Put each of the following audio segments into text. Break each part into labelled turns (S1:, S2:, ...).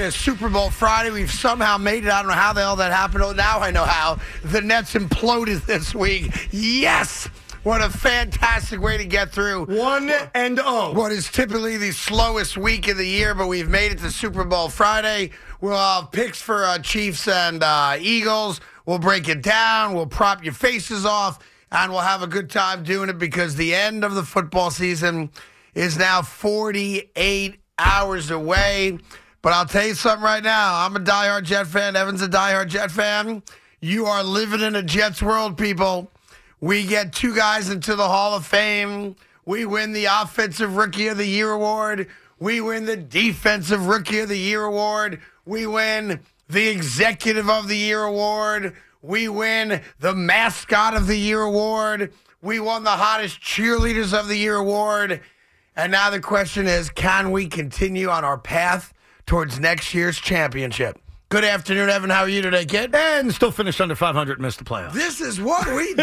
S1: It's Super Bowl Friday. We've somehow made it. I don't know how the hell that happened. Oh, now I know how. The Nets imploded this week. Yes! What a fantastic way to get through
S2: One and oh.
S1: what is typically the slowest week of the year, but we've made it to Super Bowl Friday. We'll have picks for uh, Chiefs and uh, Eagles. We'll break it down. We'll prop your faces off, and we'll have a good time doing it because the end of the football season is now 48 hours away. But I'll tell you something right now. I'm a diehard Jet fan. Evan's a diehard Jet fan. You are living in a Jets world, people. We get two guys into the Hall of Fame. We win the Offensive Rookie of the Year award. We win the Defensive Rookie of the Year award. We win the Executive of the Year award. We win the Mascot of the Year award. We won the Hottest Cheerleaders of the Year award. And now the question is can we continue on our path towards next year's championship? Good afternoon, Evan. How are you today, kid?
S2: And still finished under 500 and missed the playoffs.
S1: This is what we do.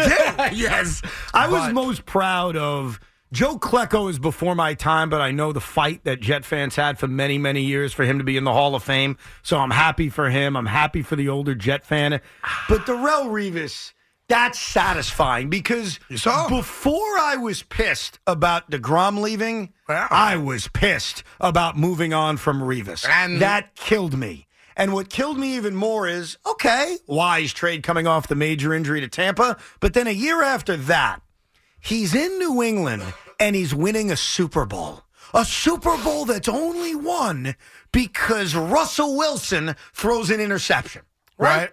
S2: yes. I was
S1: But-
S2: most proud of Joe Klecko is before my time, but I know the fight that Jet fans had for many, many years for him to be in the Hall of Fame. So I'm happy for him. I'm happy for the older Jet fan. But Darrell Revis, that's satisfying because
S1: saw him.
S2: before I was pissed about DeGrom leaving,
S1: Wow.
S2: I was pissed about moving on from Revis.
S1: And-
S2: that killed me. And what killed me even more is okay, wise trade coming off the major injury to Tampa. But then a year after that, he's in New England and he's winning a Super Bowl. A Super Bowl that's only won because Russell Wilson throws an interception.
S1: Right.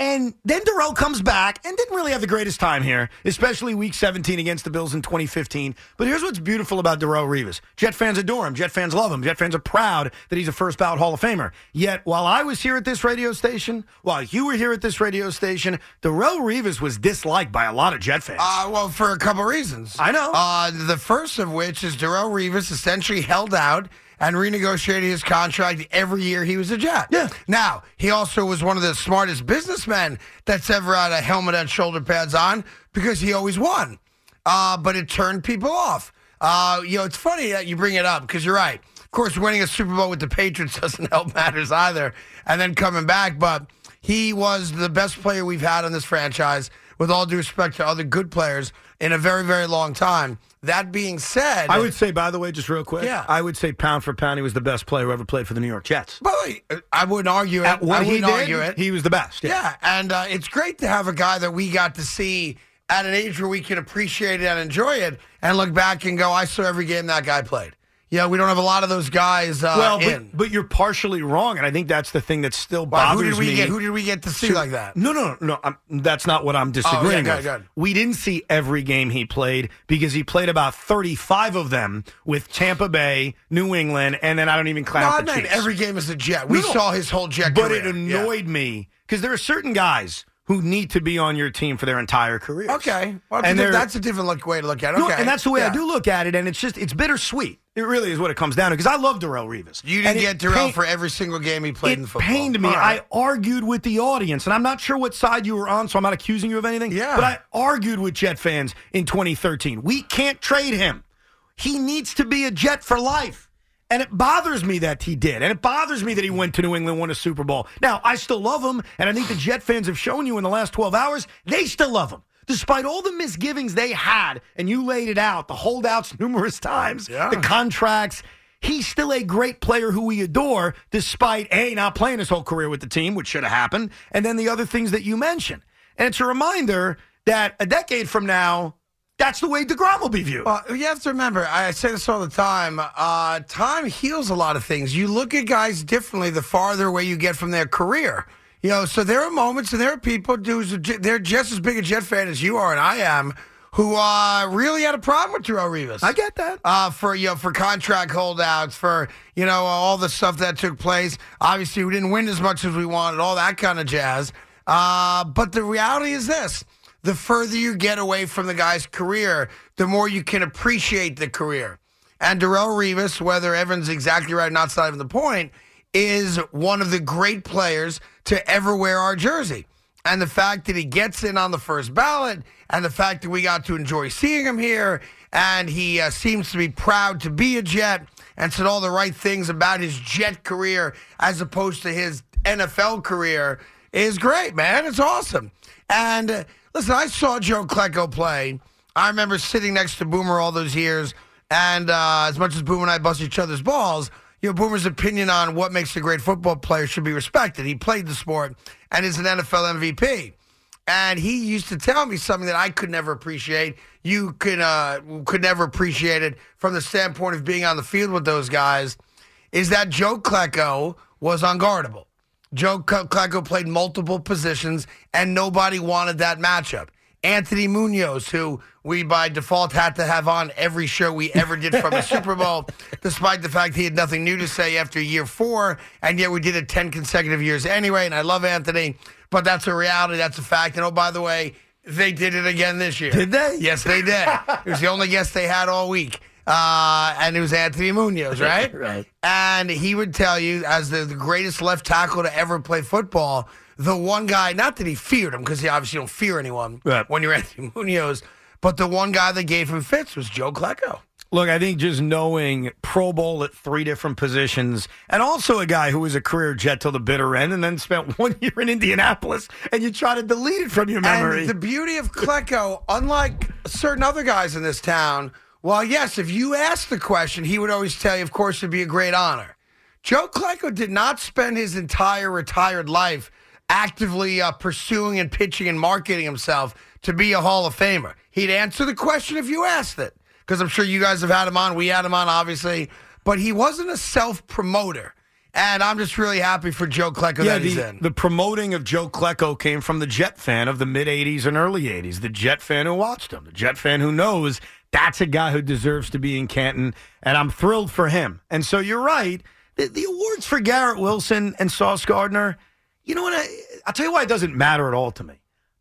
S2: And then Darrell comes back and didn't really have the greatest time here, especially week 17 against the Bills in 2015. But here's what's beautiful about Darrell Revis Jet fans adore him. Jet fans love him. Jet fans are proud that he's a first ballot Hall of Famer. Yet, while I was here at this radio station, while you were here at this radio station, Darrell Revis was disliked by a lot of Jet fans.
S1: Uh, well, for a couple reasons.
S2: I know.
S1: Uh, the first of which is Darrell Revis essentially held out and renegotiated his contract every year he was a Jet.
S2: Yeah.
S1: Now, he also was one of the smartest businessmen that's ever had a helmet and shoulder pads on because he always won. Uh, but it turned people off. Uh, you know, it's funny that you bring it up because you're right. Of course, winning a Super Bowl with the Patriots doesn't help matters either. And then coming back, but he was the best player we've had on this franchise, with all due respect to other good players, in a very, very long time. That being said,
S2: I would say, by the way, just real quick,
S1: Yeah.
S2: I would say pound for pound, he was the best player who ever played for the New York Jets.
S1: But wait, I wouldn't argue it.
S2: At what
S1: I
S2: he
S1: wouldn't
S2: did,
S1: argue it.
S2: he was the best.
S1: Yeah, and uh, it's great to have a guy that we got to see at an age where we can appreciate it and enjoy it, and look back and go, "I saw every game that guy played." Yeah, we don't have a lot of those guys. Uh,
S2: Well,
S1: in.
S2: but, but you're partially wrong, and I think that's the thing that still
S1: But
S2: bothers
S1: who did we
S2: me.
S1: get? Who did we get to see like that? Oh,
S2: No, no, no. no, I'm, that's not what I'm disagreeing
S1: good,
S2: with.
S1: good.
S2: We didn't see every game he played because he played about 35 of them with Tampa Bay, New England, and then I don't even
S1: No,
S2: clown
S1: I
S2: the
S1: meant
S2: Chiefs.
S1: every game as a Jet. We
S2: No, no.
S1: saw his whole Jet
S2: but
S1: career.
S2: it annoyed me because there are certain guys who need to be on your team for their entire career.
S1: Yeah. Okay, well,
S2: And they're-
S1: that's a different look, way to look at. it.
S2: No,
S1: Okay,
S2: and that's the way I
S1: Yeah.
S2: do look at it, and it's just it's bittersweet. It really is what it comes down to because I love Darrell Revis.
S1: You
S2: And
S1: didn't
S2: it
S1: get Darrell
S2: pain-
S1: for every single game he played in
S2: It
S1: football.
S2: pained me.
S1: All right.
S2: I argued with the audience, and I'm not sure what side you were on, so I'm not accusing you of anything.
S1: Yeah.
S2: But I argued with Jet fans in 2013. We can't trade him. He needs to be a Jet for life. And it bothers me that he did. And it bothers me that he went to New England, won a Super Bowl. Now, I still love him, and I think the Jet fans have shown you in the last 12 hours, they still love him. Despite all the misgivings they had, and you laid it out, the holdouts numerous times,
S1: Yeah.
S2: the contracts. He's still a great player who we adore, despite A, not playing his whole career with the team, which should have happened, and then the other things that you mentioned. And it's a reminder that a decade from now, that's the way DeGrom will be viewed.
S1: Well, you have to remember, I say this all the time. Uh, time heals a lot of things. You look at guys differently the farther away you get from their career. You know, so there are moments and there are people, dudes, that- they're just as big a Jet fan as you are and I am, who uh, really had a problem with Terrell Revis
S2: I get that.
S1: uh, for you know for contract holdouts, for you know uh, all the stuff that took place. Obviously, we didn't win as much as we wanted, all that kind of jazz. Uh, but the reality is this: the further you get away from the guy's career, the more you can appreciate the career. And Darrell Revis, whether Evans exactly right, or not it's not even the point, is one of the great players to ever wear our jersey. And the fact that he gets in on the first ballot, and the fact that we got to enjoy seeing him here, and he uh, seems to be proud to be a Jet and said all the right things about his Jet career as opposed to his NFL career is great, man. It's awesome. And uh, listen, I saw Joe Klecko play. I remember sitting next to Boomer all those years, and uh, as much as Boomer and I bust each other's balls, you know, Boomer's opinion on what makes a great football player should be respected. He played the sport and is an NFL MVP. And he used to tell me something that I could never appreciate. You can uh, could never appreciate it from the standpoint of being on the field with those guys. Is that Joe Klecko was unguardable? Joe K- Klecko played multiple positions, and nobody wanted that matchup. Anthony Munoz, who we by default had to have on every show we ever did from a Super Bowl, despite the fact he had nothing new to say after year four, and yet we did it 10 consecutive years anyway. And I love Anthony, but that's a reality, that's a fact. And oh, by the way, they did it again this year.
S2: Did they?
S1: Yes, they did. it was the only guest they had all week. Uh, and it was Anthony Munoz, right?
S2: Right.
S1: And he would tell you, as the, the greatest left tackle to ever play football, the one guy, not that he feared him, because he obviously don't fear anyone
S2: Right.
S1: when you're Anthony Munoz, but the one guy that gave him fits was Joe Klecko.
S2: Look, I think just knowing Pro Bowl at three different positions, and also a guy who was a career Jet till the bitter end, and then spent one year in Indianapolis, and you try to delete it from your memory.
S1: And the beauty of Klecko, unlike certain other guys in this town, while yes, if you asked the question, he would always tell you, of course, it'd be a great honor. Joe Klecko did not spend his entire retired life actively uh, pursuing and pitching and marketing himself to be a Hall of Famer. He'd answer the question if you asked it, because I'm sure you guys have had him on. We had him on, obviously, but he wasn't a self promoter. And I'm just really happy for Joe Klecko
S2: yeah,
S1: that he's in.
S2: the, the promoting of Joe Klecko came from the Jet fan of the mid 80s and early 80s, the Jet fan who watched him, the Jet fan who knows that's a guy who deserves to be in Canton, and I'm thrilled for him. And so you're right. The, the awards for Garrett Wilson and Sauce Gardner, you know what? I, I'll tell you why it doesn't matter at all to me.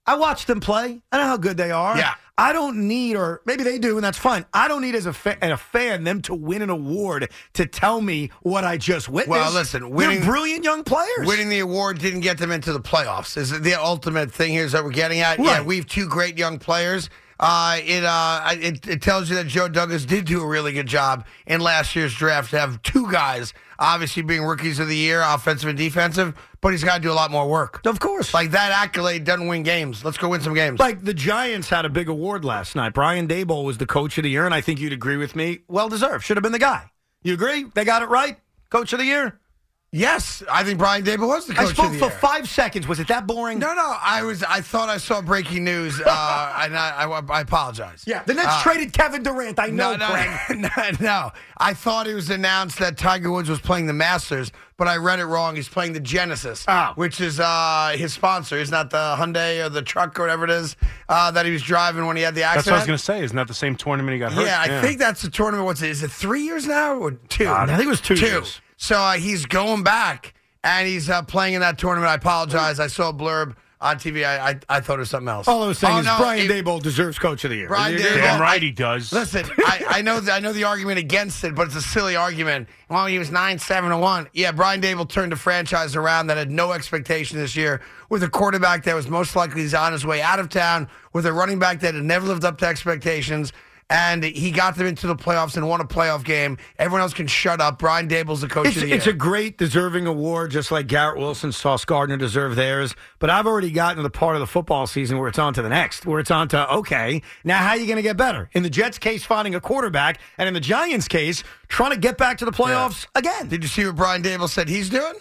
S2: I watch them play. I know how good they are.
S1: Yeah.
S2: I don't need, or maybe they do, and that's fine. I don't need as a, fa- and a fan them to win an award to tell me what I just witnessed.
S1: listen,
S2: They're
S1: winning-
S2: brilliant young players.
S1: Winning the award didn't get them into the playoffs. Is it the ultimate thing here is that we're getting at? Yeah,
S2: Right.
S1: we have two great young players. Uh, it, uh, I- it it tells you that Joe Douglas did do a really good job in last year's draft to have two guys, obviously being rookies of the year, offensive and defensive, but he's got to do a lot more work.
S2: Of course. Like,
S1: Like that accolade doesn't win games. Let's go win some games.
S2: like the Giants had a big award last night. Brian Dayball was the coach of the year, and I think you'd agree with me. Well deserved. Should have been the guy. You agree? They got it right. Coach of the year.
S1: yes, I think Brian Dable was the coach
S2: I spoke
S1: of the
S2: for
S1: year.
S2: five seconds. Was it that boring?
S1: no, no, I was. I thought I saw breaking news, uh, and I, I, I apologize.
S2: Yeah. The Nets
S1: Uh,
S2: traded Kevin Durant. I know, Craig.
S1: no, no. I thought it was announced that Tiger Woods was playing the Masters, but I read it wrong. He's playing the Genesis,
S2: Oh.
S1: which is uh, his sponsor. Is not the Hyundai or the truck or whatever it is uh, that he was driving when he had the accident.
S3: That's what I was going to say. Isn't that the same tournament he got hurt?
S1: Yeah, I think that's the tournament. What's it? Is it three years now or two?
S2: I think it was two
S1: Two.
S2: years.
S1: So uh, he's going back and he's uh, playing in that tournament. I apologize. I saw a blurb on TV. I I, I thought it was something else.
S2: All I was saying
S1: Oh,
S2: is
S1: no, it-
S2: Brian Dayball deserves coach of the year.
S1: Brian
S2: You agree?
S1: Daboll-
S3: Damn right he does.
S1: Listen, I, I know the, I know the argument against it, but it's a silly argument. Well, he was nine seven to one. Yeah, Brian Dable turned a franchise around that had no expectation this year with a quarterback that was most likely he's on his way out of town, with a running back that had never lived up to expectations, and he got them into the playoffs and won a playoff game. Everyone else can shut up. Brian Dable's the coach
S2: It's,
S1: of the year.
S2: it's a great deserving award, just like Garrett Wilson, Sauce Gardner deserve theirs. But I've already gotten to the part of the football season where it's on to the next, where it's on to, okay, now how are you going to get better? In the Jets' case, finding a quarterback, and in the Giants' case, trying to get back to the playoffs again.
S1: Did you see what Brian Dable said he's doing?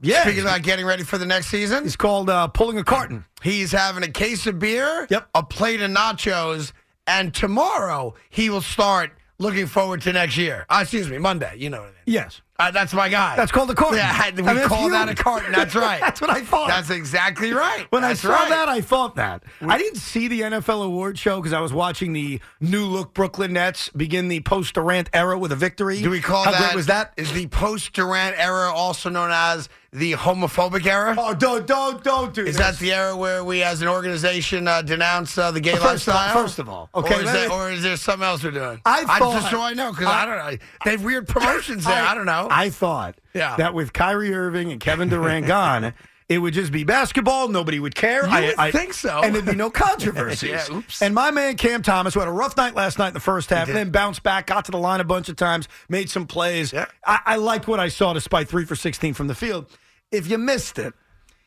S2: Yeah.
S1: Speaking about getting ready for the next season,
S2: it's called uh, pulling a carton.
S1: He's having a case of beer,
S2: Yep.
S1: a plate of nachos, and tomorrow he will start looking forward to next year. Uh, excuse me, Monday. You know what I mean.
S2: Yes.
S1: Uh, that's my guy.
S2: That's called a carton.
S1: Yeah, I- we
S2: I mean, that's
S1: call that a
S2: huge.
S1: carton. That's right.
S2: that's what I thought.
S1: That's exactly right.
S2: When
S1: That's
S2: I saw
S1: right.
S2: that, I thought that. I didn't see the NFL award show because I was watching the new look Brooklyn Nets begin the post Durant era with a victory.
S1: do we call
S2: How
S1: that?
S2: great was that?
S1: Is the post Durant era also known as the homophobic era?
S2: Oh, don't, don't, don't do
S1: Is
S2: this.
S1: that the era where we, as an organization, uh, denounce uh, the gay
S2: First of-
S1: lifestyle?
S2: first of all, okay,
S1: or is,
S2: let
S1: that,
S2: me-
S1: or is there something else we're doing?
S2: I thought-
S1: just so I know because I,
S2: I-
S1: don't know. They have weird promotions there. I, don't know.
S2: I thought
S1: Yeah.
S2: that with Kyrie Irving and Kevin Durant gone, It would just be basketball. Nobody would care.
S1: You would think so.
S2: And there'd be no controversies.
S1: Yeah, oops.
S2: And my man Cam Thomas, who had a rough night last night in the first half, and
S1: did.
S2: then bounced back, got to the line a bunch of times, made some plays.
S1: Yeah.
S2: I, I liked what I saw despite three for 16 from the field. If you missed it,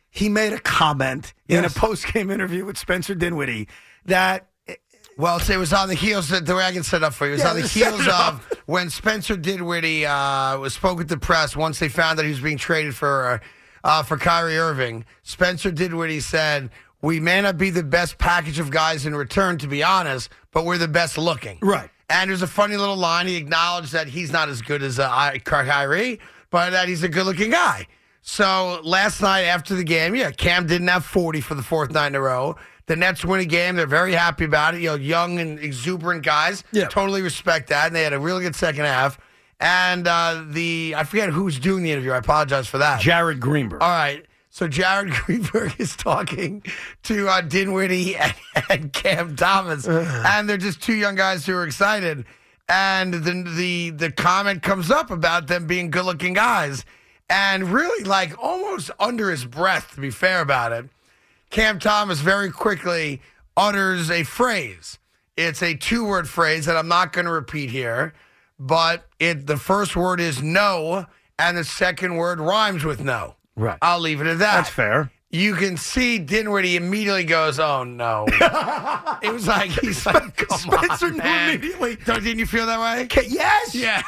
S2: he made a comment in a
S1: Yes.
S2: post game interview with Spencer Dinwiddie that
S1: Well, it was on the heels that the way I can set up for you. It was
S2: Yeah,
S1: on the
S2: set it
S1: heels
S2: up.
S1: of when Spencer Dinwiddie uh, was spoke with the press once they found that he was being traded for uh, for Kyrie Irving. Spencer Dinwiddie said, "We may not be the best package of guys in return, to be honest, but we're the best looking."
S2: Right.
S1: And there's a funny little line. He acknowledged that he's not as good as uh, I- Kyrie, but that he's a good-looking guy. So last night after the game, yeah, Cam didn't have 40 for the fourth night in a row. The Nets win a game. They're very happy about it. You know, young and exuberant guys.
S2: Yeah.
S1: Totally respect that. And they had a really good second half. And uh, the, I forget who's doing the interview. I apologize for that.
S2: Jared Greenberg.
S1: All right. So Jared Greenberg is talking to uh, Dinwiddie and, and Cam Thomas, and they're just two young guys who are excited. And then the the comment comes up about them being good looking guys, and really like almost under his breath. To be fair about it, Cam Thomas very quickly utters a phrase. It's a two word phrase that I'm not going to repeat here, but it the first word is no, and the second word rhymes with no.
S2: Right.
S1: I'll leave it at that.
S3: That's fair.
S1: You can see Dinwiddie immediately goes, "Oh no!" it was like he's like, "Come
S2: Spencer
S1: on,
S2: knew
S1: man."
S2: immediately.
S1: Don't- Didn't you feel that way?
S2: Yes.
S1: Yeah.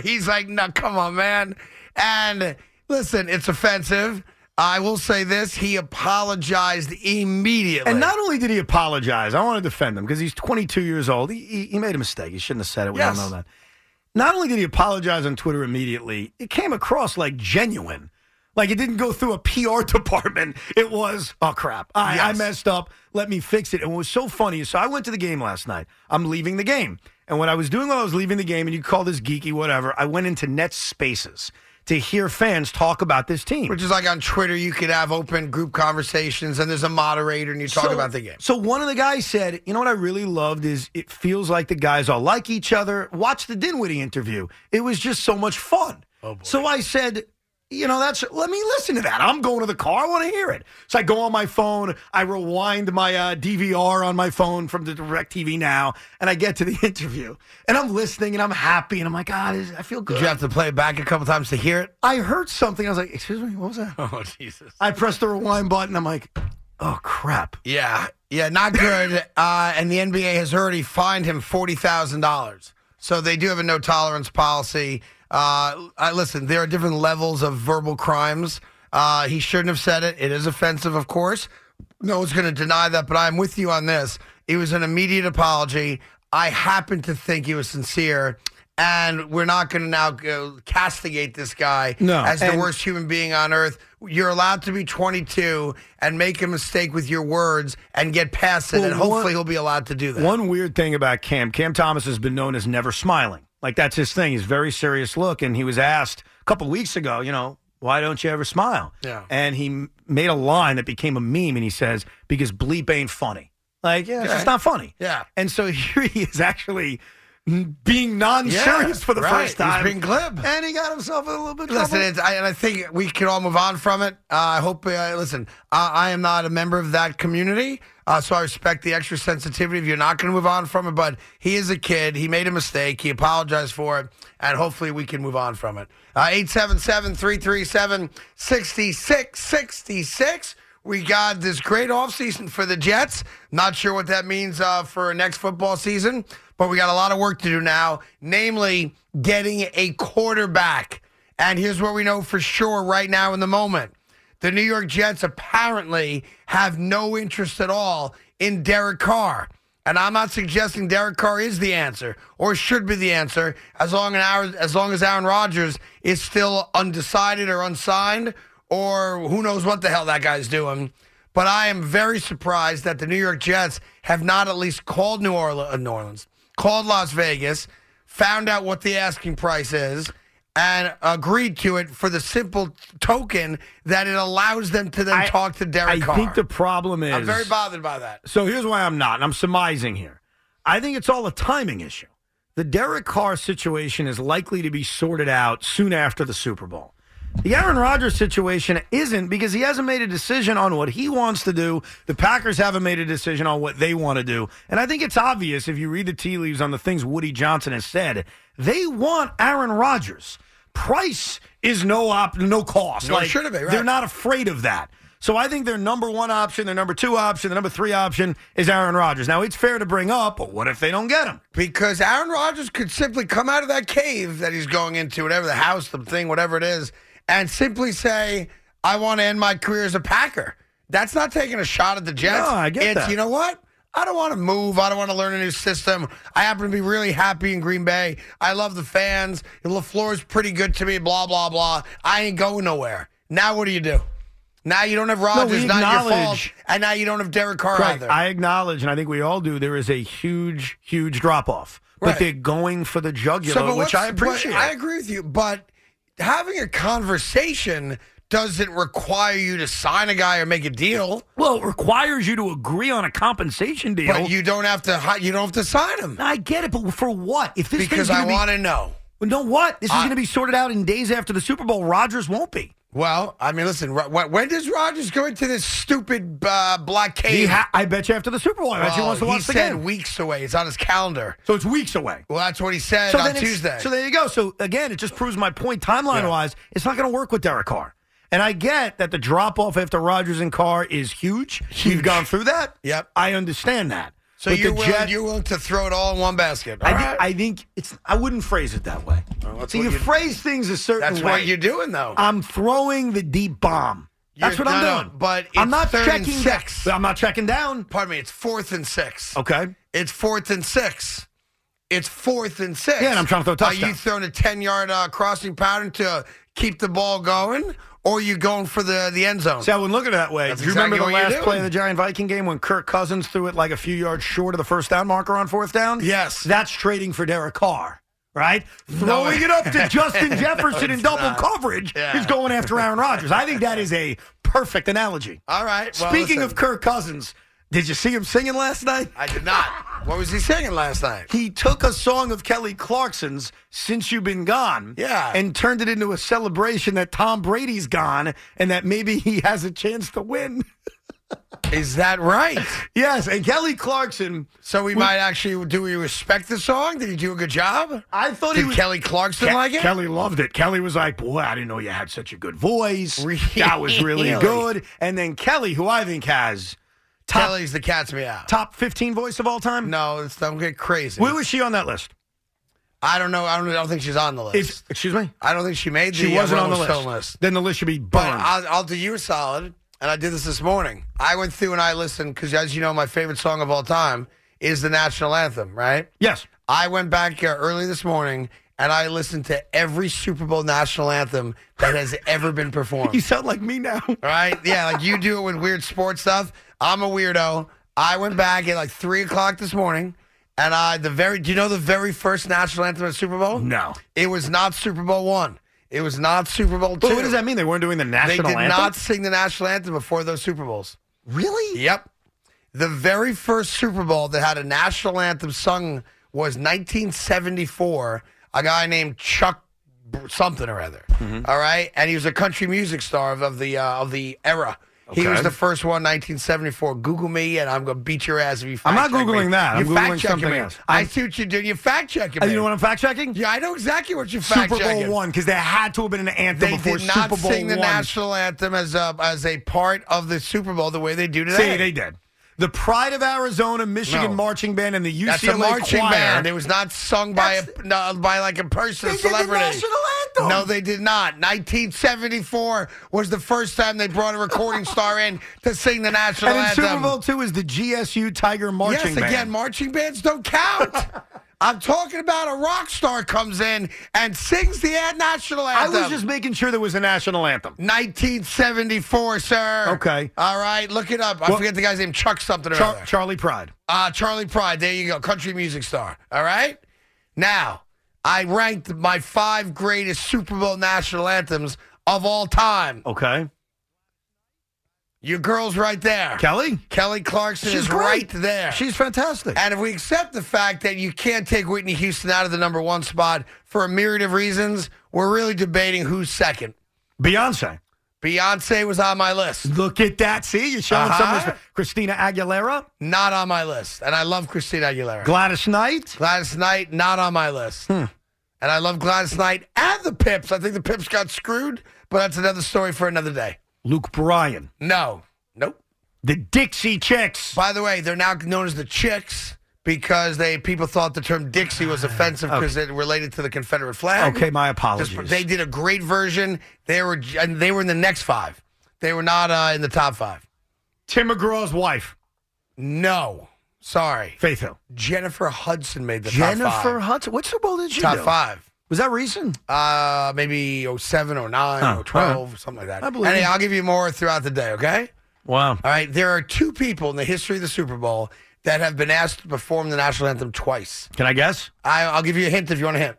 S1: He's like, no, come on, man. And listen, it's offensive. I will say this. He apologized immediately.
S2: And not only did he apologize, I want to defend him because he's 22 years old. He, he, he made a mistake. He shouldn't have said it. We
S1: Yes.
S2: all know that. Not only did he apologize on Twitter immediately, it came across like genuine. Like it didn't go through a PR department. It was, oh crap, I, I
S1: Yes.
S2: messed up. Let me fix it. And what was so funny is, so I went to the game last night. I'm leaving the game. And what I was doing while I was leaving the game, and you call this geeky, whatever, I went into Nets Spaces to hear fans talk about this team.
S1: which is like on Twitter, you could have open group conversations and there's a moderator and you talk about the game.
S2: So one of the guys said, "You know what I really loved is it feels like the guys all like each other. Watch the Dinwiddie interview. It was just so much fun." Oh boy. So I said, "You know that's let me listen to that. I'm going to the car. I want to hear it." So I go on my phone. I rewind my uh, DVR on my phone from the Directv now, and I get to the interview, and I'm listening, and I'm happy, and I'm like, "God, I feel good."
S1: Did you have to play it back a couple times to hear it?
S2: I heard something. I was like, "Excuse me, what was that?"
S1: Oh, Jesus.
S2: I pressed the rewind button. I'm like, "Oh crap."
S1: Yeah. Yeah, not good. uh, and the NBA has already fined him $40,000. So they do have a no tolerance policy. Uh, I, listen, there are different levels of verbal crimes. Uh, he shouldn't have said it. It is offensive, of course. No one's going to deny that, but I'm with you on this. It was an immediate apology. I happen to think he was sincere. And we're not going to now go castigate this guy
S2: No,
S1: as the
S2: and-
S1: worst human being on earth. You're allowed to be 22 and make a mistake with your words and get past it,
S2: Well,
S1: and hopefully
S2: one-
S1: he'll be allowed to do that.
S2: One weird thing about Cam, Cam Thomas has been known as never smiling. Like that's his thing. He's a very serious look, and he was asked a couple weeks ago, you know, why don't you ever smile?
S1: Yeah.
S2: And he m- made a line that became a meme, and he says because bleep ain't funny. Like yeah, it's just
S1: Okay.
S2: not funny.
S1: Yeah.
S2: And so here he is actually n- being non-serious for the
S1: right.
S2: first time.
S1: He's being glib.
S2: and he got himself a little bit.
S1: Listen,
S2: trouble.
S1: it's, I, and I think we can all move on from it. Uh, I hope. Uh, listen, I, I am not a member of that community, uh, so I respect the extra sensitivity if you're not going to move on from it. But he is a kid. He made a mistake. He apologized for it, and hopefully we can move on from it. Uh, Eight seven seven three three seven sixty six sixty six. We got this great offseason for the Jets. Not sure what that means uh, for next football season, but we got a lot of work to do now, namely getting a quarterback. And here's what we know for sure right now in the moment the New York Jets apparently have no interest at all in Derek Carr. And I'm not suggesting Derek Carr is the answer or should be the answer as long as Aaron, as long as Aaron Rodgers is still undecided or unsigned or who knows what the hell that guy's doing. But I am very surprised that the New York Jets have not at least called New Orleans, uh, New Orleans called Las Vegas, found out what the asking price is, and agreed to it for the simple token that it allows them to then
S2: I-
S1: talk to Derek
S2: I
S1: Carr.
S2: think the problem is
S1: I'm very bothered by that.
S2: So here's why I'm not, and I'm surmising here. I think it's all a timing issue. The Derek Carr situation is likely to be sorted out soon after the Super Bowl. The Aaron Rodgers situation isn't because he hasn't made a decision on what he wants to do. The Packers haven't made a decision on what they want to do. And I think it's obvious if you read the tea leaves on the things Woody Johnson has said. They want Aaron Rodgers. Price is no op, no cost.
S1: No, it should have been, right.
S2: They're not afraid of that. So I think their number one option, their number two option, their number three option is Aaron Rodgers. Now it's fair to bring up, but what if they don't get him?
S1: because Aaron Rodgers could simply come out of that cave that he's going into, whatever the house, the thing, whatever it is, and simply say, "I want to end my career as a Packer." That's not taking a shot at the Jets.
S2: No, I get
S1: it's,
S2: that.
S1: You know what? I don't want to move. I don't want to learn a new system. I happen to be really happy in Green Bay. I love the fans. Lafleur's pretty good to me. Blah blah blah. I ain't going nowhere. Now what do you do? Now you don't have Rodgers.
S2: we
S1: not your fault.
S2: acknowledge-
S1: And now you don't have Derek Carr
S2: Right.
S1: either.
S2: I acknowledge, and I think we all do, there is a huge, huge drop off.
S1: Right.
S2: But they're going for the jugular,
S1: but
S2: which
S1: what's-
S2: I
S1: but
S2: appreciate.
S1: I agree with you, but having a conversation doesn't require you to sign a guy or make a deal.
S2: well, it requires you to agree on a compensation deal.
S1: But you don't have to. hi- You don't have to sign him
S2: I get it, but for what? If this
S1: because
S2: thing's gonna
S1: I
S2: be,
S1: want to know.
S2: Well, no what? This is
S1: I-
S2: going to be sorted out in days after the Super Bowl. Rogers won't be.
S1: Well, I mean, listen. Ro- wh- When does Rogers go into this stupid uh, black cave?
S2: He ha- I bet you after the Super Bowl, I bet you
S1: Well,
S2: wants to
S1: he
S2: watch the
S1: said
S2: game.
S1: weeks away. It's on his calendar.
S2: so it's weeks away.
S1: Well, that's what he said
S2: So
S1: on
S2: then it's-
S1: Tuesday.
S2: So there you go. So again, it just proves my point timeline wise. It's not going to work with Derek Carr. And I get that the drop off after Rodgers and Carr is huge. We've gone through that.
S1: Yep.
S2: I understand that.
S1: so
S2: But
S1: you're
S2: the
S1: willing,
S2: Jet-
S1: you're willing to throw it all in one basket.
S2: I,
S1: All
S2: thi-
S1: right.
S2: I think it's. I wouldn't phrase it that way.
S1: that's
S2: See,
S1: what
S2: you
S1: you-
S2: phrase things a certain
S1: that's
S2: way.
S1: what you're doing, though.
S2: I'm throwing the deep bomb. That's
S1: You're-
S2: what I'm
S1: no, no,
S2: doing.
S1: but it's
S2: I'm not
S1: third and
S2: checking
S1: six.
S2: down. I'm not checking down.
S1: Pardon me. It's fourth and six.
S2: Okay.
S1: It's fourth and six. It's fourth and six.
S2: Yeah, and I'm trying to throw a touchdown.
S1: Are you throwing a ten yard uh, crossing pattern to keep the ball going, or are you going for the the end zone?
S2: See, I wouldn't look at it that way.
S1: That's
S2: Do you remember the
S1: exactly what you're
S2: last play
S1: doing.
S2: of the Giant Viking game when Kirk Cousins threw it like a few yards short of the first down marker on fourth down?
S1: Yes.
S2: That's trading for Derek Carr, right? Throwing
S1: it-
S2: it up to Justin Jefferson in double coverage
S1: Yeah.
S2: is going after Aaron Rodgers. I think that is a perfect analogy.
S1: All right. well,
S2: Speaking
S1: listen,
S2: of Kirk Cousins, did you see him singing last night?
S1: I did not. What was he singing last night?
S2: He took a song of Kelly Clarkson's "Since You've Been Gone,"
S1: Yeah.
S2: and turned it into a celebration that Tom Brady's gone and that maybe he has a chance to win.
S1: Is that right?
S2: Yes, and Kelly Clarkson.
S1: So we, might actually do we respect the song? Did he do a good job?
S2: I thought
S1: Did
S2: Uh, he was.
S1: Kelly Clarkson
S2: Ke-
S1: like it?
S2: Kelly loved it. Kelly was like, "Boy, I didn't know you had such a good voice. That was really
S1: Really?
S2: good." And then Kelly, who I think has top
S1: Kelly's the cat's meow.
S2: top fifteen voice of all time.
S1: No, it's, don't get crazy.
S2: Where was she on that list?
S1: I don't know. I don't, I don't think she's on the list.
S2: If, excuse me,
S1: I don't think she made the
S2: she
S1: uh,
S2: wasn't on the
S1: Rolling
S2: list.
S1: Stone list.
S2: Then the list should be
S1: But
S2: burned.
S1: I'll, I'll do you a solid, and I did this this morning. I went through and I listened because, as you know, my favorite song of all time is the national anthem. Right?
S2: yes.
S1: I went back uh, early this morning and I listened to every Super Bowl national anthem that has ever been performed.
S2: You sound like me now.
S1: All right? Yeah, like you do it with weird sports stuff. I'm a weirdo. I went back at like three o'clock this morning, and I the very do you know the very first national anthem of Super Bowl?
S2: No.
S1: it was not Super Bowl one. It was not Super Bowl two.
S2: But what does that mean? They weren't doing the
S1: They
S2: national
S1: did
S2: anthem.
S1: not sing the national anthem before those Super Bowls.
S2: really.
S1: Yep. The very first Super Bowl that had a national anthem sung was 1974. A guy named Chuck B- something or other.
S2: Mm-hmm.
S1: All right, and he was a country music star of, of the uh, of the era. He
S2: Okay.
S1: was the first one, 1974. Google me, and I'm gonna beat your ass if you.
S2: I'm not
S1: fact-check
S2: Googling
S1: me.
S2: that. I'm
S1: You
S2: Googling
S1: fact checking
S2: something
S1: me.
S2: else.
S1: I
S2: I'm-
S1: see what you do. You fact checking
S2: Uh,
S1: me.
S2: you know what I'm fact checking?
S1: yeah, I know exactly what you fact
S2: Super
S1: checking.
S2: Bowl one because there had to have been an anthem
S1: They
S2: before
S1: did not
S2: Super Bowl
S1: sing the
S2: one.
S1: national anthem as a as a part of the Super Bowl the way they do today.
S2: See, they did. The Pride of Arizona, Michigan
S1: No.
S2: marching band, and the UCLA
S1: That's a marching
S2: choir.
S1: band. It was not sung by a, no, by like a person, a
S2: They did the
S1: celebrity.
S2: national anthem.
S1: No, they did not. 1974 was the first time they brought a recording star in to sing the national
S2: and in
S1: anthem.
S2: Super Bowl two is the GSU Tiger marching
S1: yes,
S2: band.
S1: again, marching bands don't count. I'm talking about a rock star comes in and sings the ad- national
S2: I
S1: anthem.
S2: was just making sure there was a national anthem.
S1: 1974, sir.
S2: Okay.
S1: All right. Look it up. I
S2: Well-
S1: forget the guy's name. Chuck something or
S2: Char-
S1: other.
S2: Charlie Pride.
S1: Uh, Charlie Pride, there you go, country music star. All right? Now, I ranked my five greatest Super Bowl national anthems of all time.
S2: Okay,
S1: Your girl's right there.
S2: Kelly.
S1: Kelly Clarkson
S2: She's
S1: is
S2: great.
S1: right there.
S2: She's fantastic.
S1: and if we accept the fact that you can't take Whitney Houston out of the number one spot for a myriad of reasons, we're really debating who's second.
S2: Beyonce.
S1: Beyonce was on my list.
S2: Look at that. See, you're showing some
S1: Uh-huh.
S2: respect. Christina Aguilera,
S1: Not on my list. And I love Christina Aguilera.
S2: Gladys Knight.
S1: Gladys Knight, not on my list.
S2: Hmm.
S1: And I love Gladys Knight and the Pips. I think the Pips got screwed, but that's another story for another day.
S2: Luke Bryan,
S1: No. Nope.
S2: the Dixie Chicks.
S1: By the way, they're now known as the Chicks because they people thought the term Dixie was offensive because it related to the Confederate flag.
S2: Okay, my
S1: This-
S2: apologies.
S1: They did a great version. They were and they were in the next five. They were not uh, in the top five.
S2: Tim McGraw's wife,
S1: No, sorry.
S2: Faith Hill.
S1: Jennifer Hudson made the top
S2: Jennifer
S1: five.
S2: Hudson. What Super Bowl did she
S1: Top
S2: do?
S1: five.
S2: Was that recent?
S1: Uh, maybe oh, 07, 09,
S2: Huh,
S1: 012, something like that.
S2: I believe
S1: Anyway,
S2: you.
S1: I'll give you more throughout the day, okay?
S2: Wow.
S1: All right. There are two people in the history of the Super Bowl that have been asked to perform the national anthem twice.
S2: Can I guess?
S1: I, I'll give you a hint if you want a hint.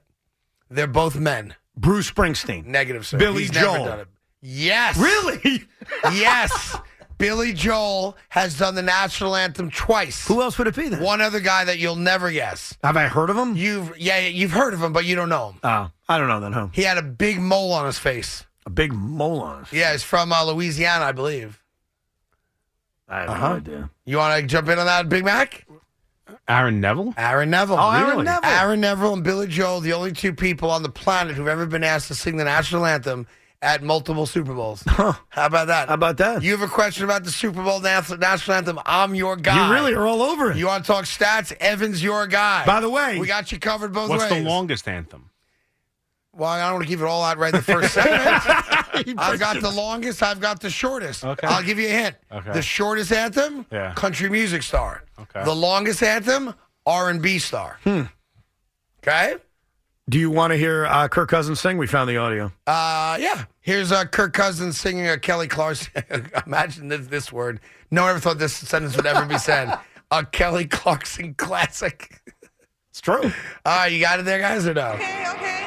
S1: They're both men.
S2: Bruce Springsteen.
S1: Negative, sir.
S2: Billy
S1: He's
S2: Joel.
S1: Never done it. Yes.
S2: Really?
S1: yes. Billy Joel has done the national anthem twice.
S2: Who else would it be then?
S1: One other guy that you'll never guess.
S2: Have I heard of him?
S1: You've yeah, yeah, you've heard of him, but you don't know him.
S2: Oh, I don't know then who.
S1: He had a big mole on his face.
S2: A big mole on his-
S1: Yeah, he's from uh, Louisiana, I believe.
S2: I have no idea.
S1: You want to jump in on that, Big Mac?
S3: Aaron Neville?
S1: Aaron Neville.
S2: Oh, Aaron Really? Neville.
S1: Aaron Neville and Billy Joel, the only two people on the planet who've ever been asked to sing the national anthem at multiple Super Bowls. How about that?
S2: How about that?
S1: You have a question about the Super Bowl nas- national anthem? I'm your guy.
S2: You really are all over it.
S1: You want to talk stats? Evan's your guy.
S2: By the way-
S1: we got you covered both
S3: What's the
S1: ways.
S3: longest anthem?
S1: well, I don't want to give it all out right the first segment. I've got the longest. I've got the shortest.
S3: Okay.
S1: I'll give you a hint.
S3: Okay.
S1: The shortest anthem,
S3: Yeah.
S1: country music star.
S3: Okay. Hmm.
S1: The longest anthem, R and B star. Okay.
S2: Do you want to hear uh, Kirk Cousins sing? We found the audio.
S1: Uh, yeah. Here's uh, Kirk Cousins singing a Kelly Clarkson. Imagine this, this word. No one ever thought this sentence would ever be said. A Kelly Clarkson classic.
S2: It's true.
S1: All right, you got it there, guys, or no?
S4: Okay, okay.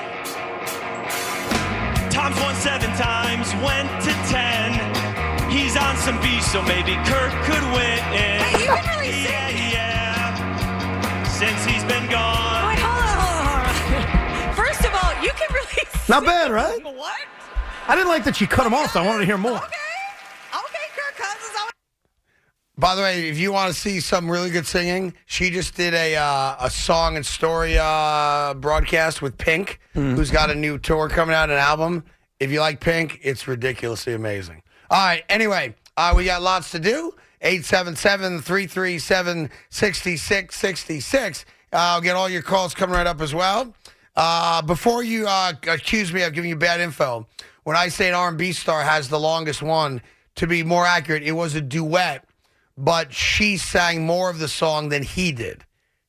S5: Tom's won seven times, went to ten. He's on some beef, so maybe Kirk could win.
S4: Hey, you can really sing.
S5: yeah, yeah. Since he's been gone.
S4: Wait, hold on, hold on, hold on. First of all, you can really
S2: Not bad, right?
S4: sing. What?
S2: I didn't like that she cut him off. though. I wanted to hear more.
S4: Okay. Okay, Kirk Cousins. I
S1: By the way, if you want to see some really good singing, she just did a uh, a song and story uh, broadcast with Pink, who's got a new tour coming out, an album. If you like Pink, it's ridiculously amazing. All right. Anyway, uh, we got lots to do. 877-337-6666. Uh, I'll get all your calls coming right up as well. Uh, before you uh, accuse me of giving you bad info, when I say an R&B star has the longest one, to be more accurate, it was a duet but she sang more of the song than he did.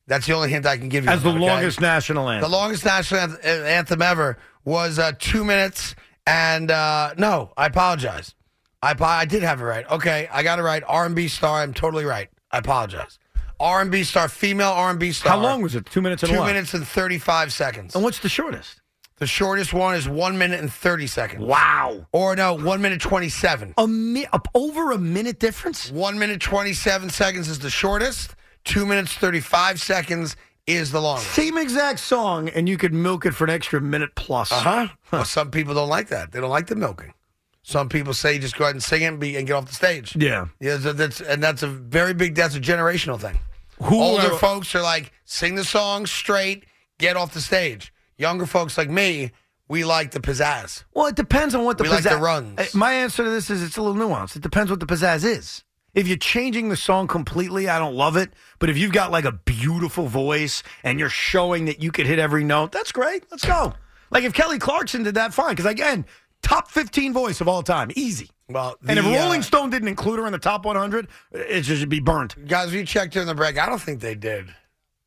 S1: That's the only hint I can give you.
S2: As the
S1: okay?
S2: longest national anthem.
S1: the longest national anth- uh, anthem ever was uh, two minutes and uh, no, I apologize. I apo- I did have it right. Okay, I got it right. R and B star. I'm totally right. I apologize. R and B star, female R and B star.
S2: How long was it? Two minutes and
S1: Two
S2: what?
S1: minutes and thirty five seconds.
S2: And what's the shortest?
S1: The shortest one is one minute and thirty seconds.
S2: Wow.
S1: Or no, one minute twenty seven.
S2: A mi- up over a minute difference?
S1: One minute twenty seven seconds is the shortest. Two minutes thirty five seconds is the longest.
S2: Same exact song, and you could milk it for an extra minute plus.
S1: Uh-huh. Well, some people don't like that. They don't like the milking. Some people say just go ahead and sing it and, be, and get off the stage.
S2: Yeah.
S1: Yeah, so that's and that's a very big. That's a generational thing.
S2: Who
S1: Older
S2: are-
S1: folks are like sing the song straight, get off the stage. Younger folks like me, we like the pizzazz.
S2: Well, it depends on what the
S1: We like
S2: pizzazz.
S1: the runs.
S2: Uh, My answer to this is it's a little nuanced. It depends what the pizzazz is. If you're changing the song completely, I don't love it. But if you've got like a beautiful voice and you're showing that you could hit every note, that's great. Let's go. Like if Kelly Clarkson did that, fine. Because again, top 15 voice of all time, easy.
S1: Well,
S2: and if
S1: the, uh,
S2: Rolling Stone didn't include her in the top 100, it should be burnt.
S1: Guys, we checked during the break. I don't think they did.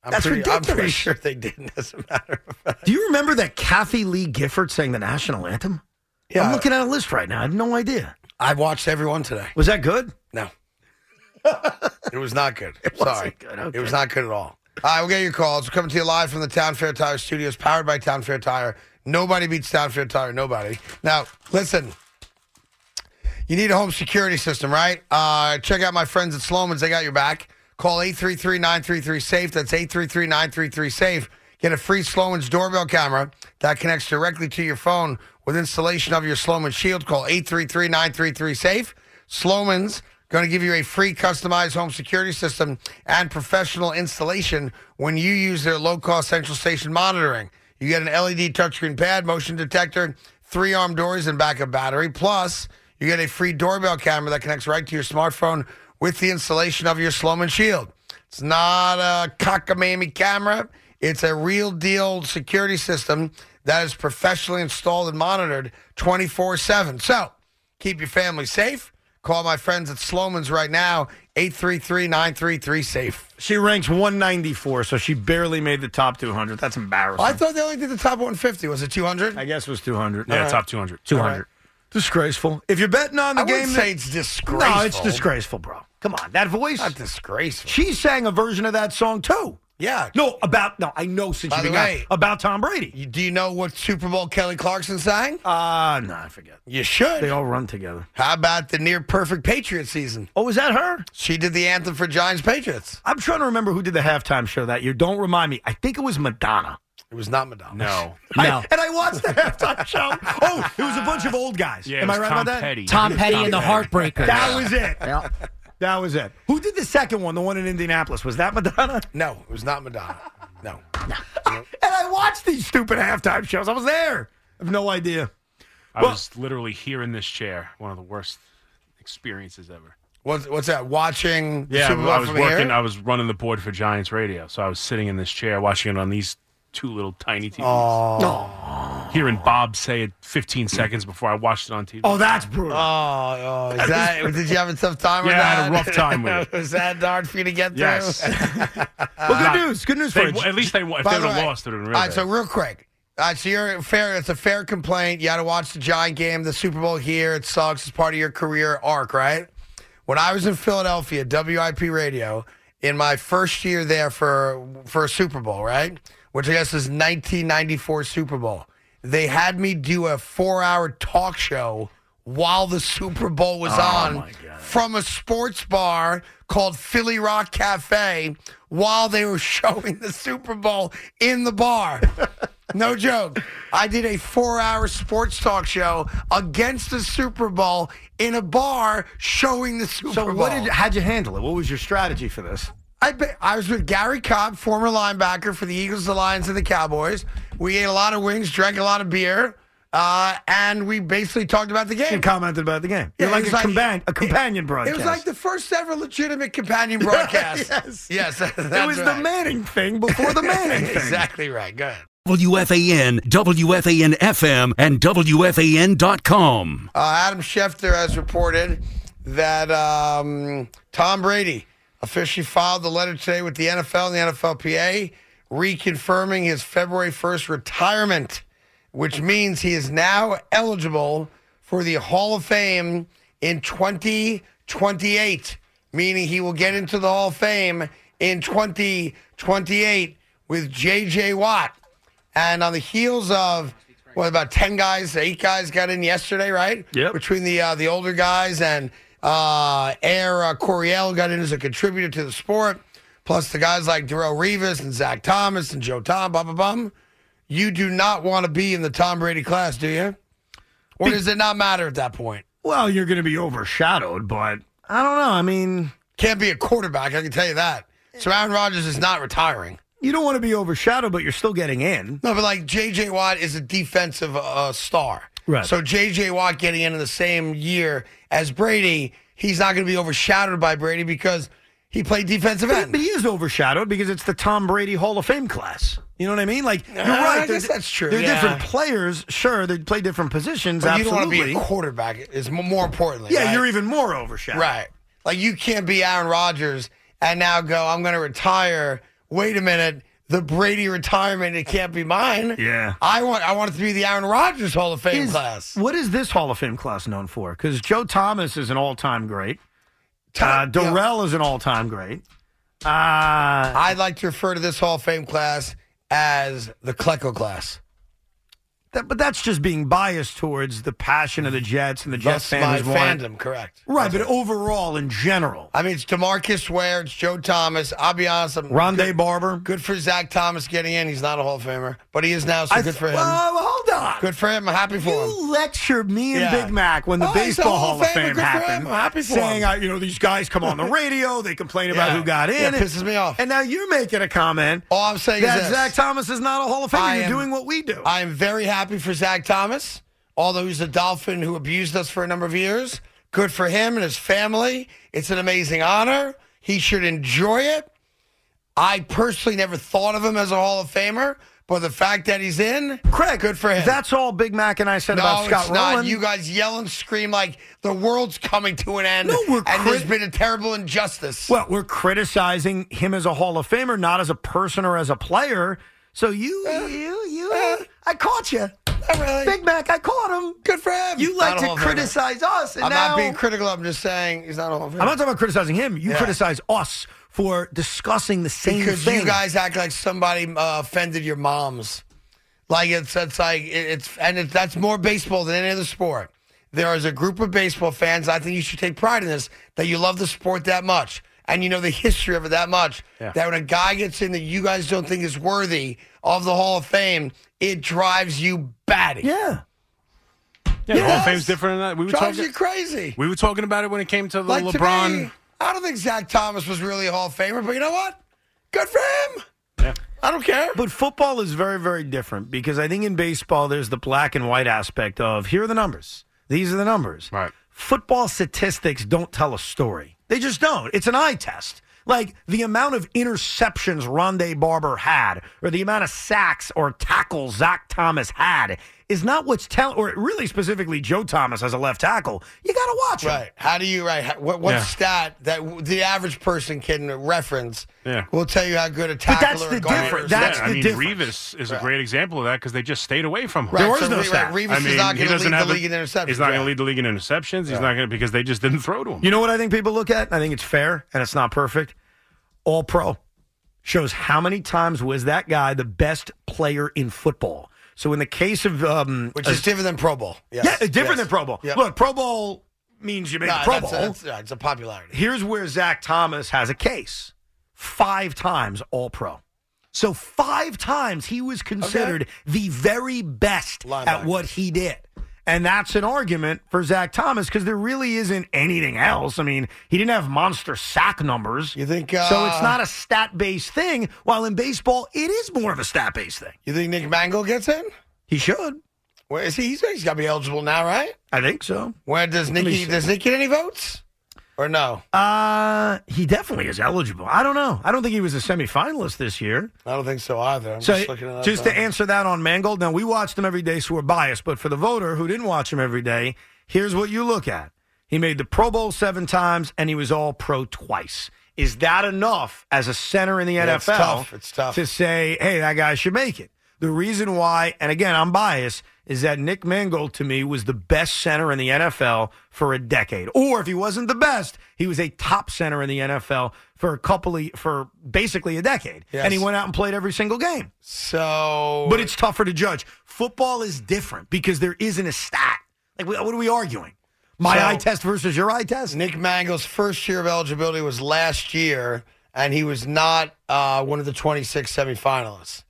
S1: I'm
S2: That's
S1: pretty, I'm pretty
S2: ridiculous.
S1: sure they didn't. As a matter of fact.
S2: Do you remember that Kathy Lee Gifford sang the national anthem?
S1: Yeah.
S2: I'm looking at a list right now. I have no idea.
S1: I've watched everyone today.
S2: Was that good?
S1: No. it was not good.
S2: wasn't
S1: Sorry.
S2: good, okay.
S1: It was not good at all. All right, we'll get your calls. We're coming to you live from the Town Fair Tire Studios, powered by Town Fair Tire. Nobody beats Town Fair Tire. Nobody. Now, listen. You need a home security system, right? Uh, check out my friends at Sloman's. They got your back. Call 833-933-SAFE. E. That's E. 833-933-SAFE. Get a free Sloman's doorbell camera that connects directly to your phone with installation of your Sloman Shield. Call 833 933 SAFE. E. Sloman's going to give you a free customized home security system and professional installation when you use their low cost central station monitoring. You get an LED touchscreen pad, motion detector, three arm doors, and backup battery. Plus, you get a free doorbell camera that connects right to your smartphone with the installation of your Sloman Shield. It's not a cockamamie camera. It's a real deal security system that is professionally installed and monitored 24 7. So keep your family safe. Call my friends at Sloman's right now, 833 933 SAFE.
S2: She ranks 194, so she barely made the top 200. That's embarrassing.
S1: I thought they only did the top 150. Was it 200?
S2: I guess it was 200.
S3: Yeah,
S2: All right.
S3: top 200. 200.
S2: Disgraceful. If you're betting on the
S1: I
S2: game,
S1: wouldn't say it's disgraceful.
S2: no, it's disgraceful, bro. Come on, that voice.
S1: Not disgraceful.
S2: she sang a version of that song too.
S1: Yeah.
S2: No, about no. I know since
S1: By
S2: you
S1: the
S2: began
S1: way-
S2: about Tom Brady.
S1: You- Do you know what Super Bowl Kelly Clarkson sang?
S2: Uh no, I forget.
S1: You should.
S2: They all run together.
S1: How about the near perfect Patriot season?
S2: Oh, is that her?
S1: She did the anthem for Giants Patriots.
S2: I'm trying to remember who did the halftime show that year. Don't remind me. I think it was Madonna.
S1: It was not Madonna.
S3: No.
S2: I- and I watched the halftime show. Oh, it was a bunch of old guys.
S3: Yeah, it
S2: Am
S3: was
S2: I right
S3: Tom
S2: about that?
S3: Petty.
S6: Tom Petty and the Heartbreakers.
S2: That was it. That was it. Who did the second one? The one in Indianapolis was that Madonna?
S1: No, it was not Madonna. No.
S2: And I watched these stupid halftime shows. I was there. I have no idea.
S3: I was literally here in this chair. One of the worst experiences ever.
S1: What's, what's that? Watching the
S3: Yeah,
S1: Super Bowl
S3: I was
S1: from the air?
S3: working. I was running the board for Giants Radio, so I was sitting in this chair watching it on these two little tiny TVs. Hearing Bob say it 15 seconds before I watched it on TV.
S2: Oh, that's brutal.
S1: Oh, oh, is that? did you have a tough time? with
S3: Yeah, I had a
S1: that?
S3: rough time with it.
S1: was that hard for you to get through?
S3: yes.
S2: well, good news. Good news
S3: They-
S2: for you.
S3: at least they if they would
S1: By
S3: have
S1: the way-
S3: lost, it would have been
S1: All
S3: really
S1: right, so
S3: bad.
S1: real quick. All right, so you're fair. It's a fair complaint. You had to watch the Giant game, the Super Bowl here. It sucks. It's part of your career arc, right? When I was in Philadelphia, WIP radio, in my first year there for for a Super Bowl, right, which I guess is 1994 Super Bowl, they had me do a four hour talk show while the Super Bowl was
S2: Oh,
S1: on from a sports bar called Philly Rock Cafe while they were showing the Super Bowl in the bar. No joke. I did a four hour sports talk show against the Super Bowl in a bar showing the Super
S2: so
S1: Bowl.
S2: what did? How'd you handle it? What was your strategy for this?
S1: I, be- I was with Gary Cobb, former linebacker for the Eagles, the Lions, and the Cowboys. We ate a lot of wings, drank a lot of beer, uh, and we basically talked about the game.
S2: And commented about the game.
S1: Yeah,
S2: You're
S1: it
S2: like a,
S1: was like-
S2: compan- a companion
S1: It
S2: broadcast.
S1: was like the first ever legitimate companion broadcast.
S2: Yes.
S1: Yes.
S2: It was the Manning thing before the Manning thing.
S1: Exactly right. Go ahead.
S7: WFAN, WFAN FM, and WFAN.com.
S1: Uh, Adam Schefter has reported that um, Tom Brady officially filed the letter today with the NFL and the NFLPA, reconfirming his February 1st retirement, which means he is now eligible for the Hall of Fame in 2028, meaning he will get into the Hall of Fame in 2028 with J.J. Watt. And on the heels of what about ten guys, eight guys got in yesterday, right?
S2: Yep.
S1: Between the uh, the older guys and uh, Air uh, Coryell got in as a contributor to the sport, plus the guys like Darrell Rivas and Zach Thomas and Joe Tom, blah blah blah. You do not want to be in the Tom Brady class, do you? Or does it not matter at that point?
S2: Well, you're going to be overshadowed, but I don't know. I mean,
S1: Can't be a quarterback, I can tell you that. So Aaron Rodgers is not retiring.
S2: you don't want to be overshadowed, but you're still getting in.
S1: No, but like J.J. Watt is a defensive uh, star.
S2: Right.
S1: So J.J. Watt getting in in the same year as Brady, he's not going to be overshadowed by Brady because he played defensive
S2: But,
S1: end.
S2: but he is overshadowed because it's the Tom Brady Hall of Fame class. You know what I mean? Like you're
S1: I
S2: right. they're
S1: guess
S2: di-
S1: that's true,
S2: They're
S1: yeah.
S2: different players, sure. They play different positions.
S1: But you don't want
S2: absolutely.
S1: to be a quarterback. Is m- more importantly.
S2: yeah,
S1: right?
S2: you're even more overshadowed.
S1: right. Like you can't be Aaron Rodgers and now go. I'm going to retire. Wait a minute. The Brady retirement. It can't be mine.
S2: Yeah.
S1: I want. I want it to be the Aaron Rodgers Hall of Fame
S2: Is-
S1: class.
S2: What is this Hall of Fame class known for? Because Joe Thomas is an all-time great. Uh,
S1: Tom- yeah.
S2: Darrell is an all-time great. Uh,
S1: I'd like to refer to this Hall of Fame class as the Klecko class.
S2: that, but that's just being biased towards the passion of the Jets and the
S1: That's
S2: Jets
S1: my
S2: fans want it.
S1: fandom, correct?
S2: Right, but overall, in general,
S1: I mean, it's Demarcus Ware, it's Joe Thomas. I'll be honest, I'm
S2: Rondé
S1: good,
S2: Barber.
S1: good for Zach Thomas getting in. He's not a Hall of Famer, but he is now, so
S2: I
S1: good
S2: th-
S1: for him.
S2: Well, hold Hold on.
S1: Good for him. I'm happy for him.
S2: You lectured me and
S1: Yeah.
S2: Big Mac when the
S1: Oh, he's a
S2: Baseball
S1: Hall
S2: Hall
S1: of
S2: of
S1: Famer.
S2: Fame
S1: Good for
S2: happened.
S1: him. I'm happy for
S2: saying,
S1: him.
S2: uh, you know, these guys come on the radio, they complain about
S1: Yeah.
S2: who got in.
S1: Yeah, it pisses me off.
S2: And now you're making a comment
S1: All I'm saying
S2: that
S1: is this.
S2: Zach Thomas is not a Hall of Famer.
S1: I
S2: you're
S1: am-
S2: doing what we do.
S1: I am very happy for Zach Thomas, although he's a Dolphin who abused us for a number of years. Good for him and his family. It's an amazing honor. He should enjoy it. I personally never thought of him as a Hall of Famer, but the fact that he's in,
S2: Craig,
S1: good for him.
S2: That's all Big Mac and I said
S1: no,
S2: about Scott
S1: it's not.
S2: Rowland.
S1: You guys yell and scream like the world's coming to an end,
S2: No, we're
S1: and there's
S2: crit-
S1: been a terrible injustice.
S2: Well, we're criticizing him as a Hall of Famer, not as a person or as a player. So you,
S1: Uh,
S2: you, you, I caught you,
S1: Not really.
S2: Big Mac. I caught him.
S1: Good for him.
S2: You
S1: Not
S2: like
S1: a Hall of
S2: to
S1: Famer.
S2: criticize us, and
S1: I'm
S2: now
S1: not being critical. I'm just saying he's not a Hall of Famer.
S2: I'm not talking about criticizing him. You
S1: Yeah.
S2: criticize us for discussing the same
S1: because
S2: thing.
S1: you guys act like somebody uh, offended your moms. Like it's it's like it- it's and it, that's more baseball than any other sport. There is a group of baseball fans. I think you should take pride in this that you love the sport that much and you know the history of it that much. That when a guy gets in that you guys don't think is worthy of the Hall of Fame, it drives you batty.
S2: yeah,
S3: Yeah, the Hall
S1: Yes.
S3: of Fame's different than that. We were
S1: drives
S3: talking.
S1: you crazy.
S3: We were talking about it when it came to the
S1: Like to
S3: LeBron.
S1: me, I don't think Zach Thomas was really a Hall of Famer, but you know what? Good for him. I don't care.
S2: but football is very, very different because I think in baseball there's the black and white aspect of here are the numbers. These are the numbers.
S3: Right.
S2: Football statistics don't tell a story. They just don't. It's an eye test. Like the amount of interceptions Rondé Barber had, or the amount of sacks or tackles Zach Thomas had, is not what's telling. Or really specifically, Joe Thomas as a left tackle. You got to watch him.
S1: Right. How do you right? how- What what
S3: Yeah.
S1: stat that w- the average person can reference?
S3: Yeah.
S1: will tell you how good a
S2: that's
S1: tackler.
S2: the
S1: a guard
S2: difference.
S1: is.
S2: That's
S3: yeah, I
S2: the
S3: mean,
S2: difference.
S3: Revis is a great example of that because they just stayed away from him.
S1: Right,
S2: was
S1: so
S2: no
S1: Re-
S2: stat.
S1: Revis
S3: I
S1: is not going
S3: mean, he
S1: to lead
S3: doesn't
S1: the
S3: have a-
S1: league in interceptions.
S3: He's not
S1: yeah.
S3: going to lead the league in interceptions. He's not going to because they just didn't throw to him.
S2: You know what I think people look at? I think it's fair and it's not perfect. All pro shows how many times was that guy the best player in football. So in the case of um,
S1: which is different than Pro Bowl. Yes.
S2: yeah, different
S1: Yes.
S2: than Pro Bowl.
S1: Yep.
S2: Look, Pro Bowl means you make
S1: Nah,
S2: the Pro
S1: that's-
S2: Bowl.
S1: that's- yeah, it's a popularity.
S2: Here's where Zach Thomas has a case. Five times All Pro. So five times he was considered the very best at
S1: Linebacker.
S2: what he did. And that's an argument for Zach Thomas because there really isn't anything else. I mean, he didn't have monster sack numbers.
S1: You think, uh,
S2: so it's not a stat based thing, while in baseball, it is more of a stat based thing.
S1: You think Nick Mangle gets in?
S2: He should.
S1: Where is he? He's, he's got to be eligible now, right?
S2: I think so.
S1: Where does Nicky? Does Nick get any votes? Or no?
S2: Uh, he definitely is eligible. I don't know. I don't think he was a semifinalist this year.
S1: I don't think so either. I'm
S2: So,
S1: just looking it up.
S2: just, to answer that on Mangold, now we watched him every day, so we're biased. But for the voter who didn't watch him every day, here's what you look at: he made the Pro Bowl seven times, and he was All Pro twice. Is that enough as a center in the NFL?
S1: it's tough. It's tough.
S2: to say, "Hey, that guy should make it." The reason why, and again, I'm biased, is that Nick Mangold to me was the best center in the NFL for a decade. Or if he wasn't the best, he was a top center in the NFL for a couple of, for basically a decade.
S1: Yes.
S2: And he went out and played every single game.
S1: so,
S2: But it's tougher to judge. Football is different because there isn't a stat. Like, wh- what are we arguing? My
S1: So-
S2: eye test versus your eye test?
S1: Nick Mangle's first year of eligibility was last year, and he was not uh, one of the 26 semifinalists.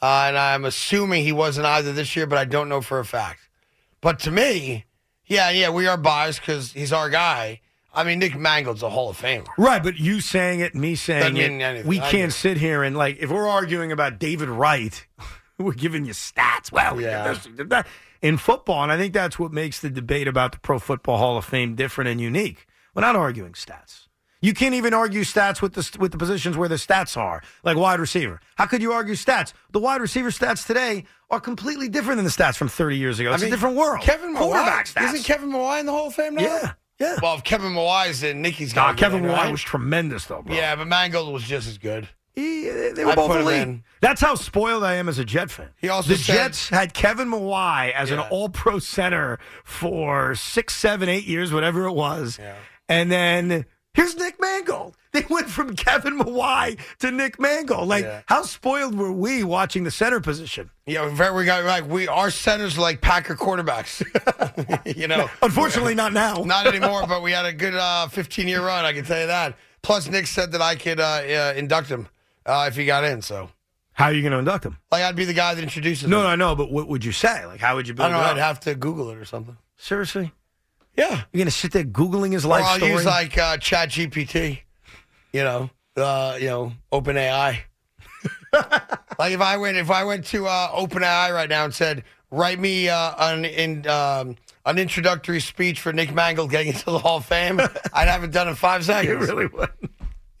S1: Uh, and I'm assuming he wasn't either this year, but I don't know for a fact. But to me, yeah, yeah, we are biased because he's our guy. I mean, Nick Mangle's a Hall of Famer.
S2: Right, but you saying it, me saying
S1: mean
S2: it,
S1: anything.
S2: we
S1: I
S2: can't
S1: get it.
S2: sit here and like if we're arguing about David Wright, we're giving you stats. Well, yeah.
S1: Yeah.
S2: this, we did that. in football, and I think that's what makes the debate about the Pro Football Hall of Fame different and unique. We're not arguing stats. You can't even argue stats with the with the positions where the stats are, like wide receiver. How could you argue stats? The wide receiver stats today are completely different than the stats from 30 years ago. It's a different world.
S1: Kevin Mawai.
S2: quarterback stats.
S1: Isn't Kevin Mawai in the Hall of Fame now?
S2: yeah, yeah.
S1: Well, if Kevin Mawai's in, Nicky's
S2: Nah,
S1: got
S2: Kevin
S1: in,
S2: White
S1: right?
S2: was tremendous though, bro.
S1: Yeah, but Mangold was just as good.
S2: He, they they were
S1: I
S2: both
S1: put him
S2: elite.
S1: in.
S2: That's how spoiled I am as a Jet fan.
S1: He also
S2: the
S1: said-
S2: Jets had Kevin Mawai as an
S1: Yeah.
S2: All-Pro center for six, seven, eight years, whatever it was, and then here's Nick Mangold. They went from Kevin Mawai to Nick Mangold. Like,
S1: Yeah.
S2: how spoiled were we watching the center position?
S1: Yeah, very, we got like we our centers are like Packer quarterbacks. you know,
S2: Unfortunately, not now.
S1: Not anymore, but we had a good uh, 15 year run, I can tell you that. Plus, Nick said that I could uh, uh, induct him uh, if he got in, so
S2: How are you going to induct him?
S1: Like I'd be the guy that introduces.
S2: No,
S1: him.
S2: no, I know, but what would you say? Like, how would you
S1: I
S2: build
S1: don't know.
S2: it
S1: I'd
S2: up?
S1: have to Google it or something.
S2: Seriously?
S1: Yeah,
S2: You're going to sit there Googling his
S1: or
S2: life
S1: I'll
S2: story?
S1: use like uh, Chat GPT. You know, uh, you know, Open AI. like if I went, if I went to uh, Open AI right now and said, "Write me uh, an in, um, an introductory speech for Nick Mangold getting into the Hall of Fame," I'd have it done in five
S2: you
S1: seconds.
S2: really would.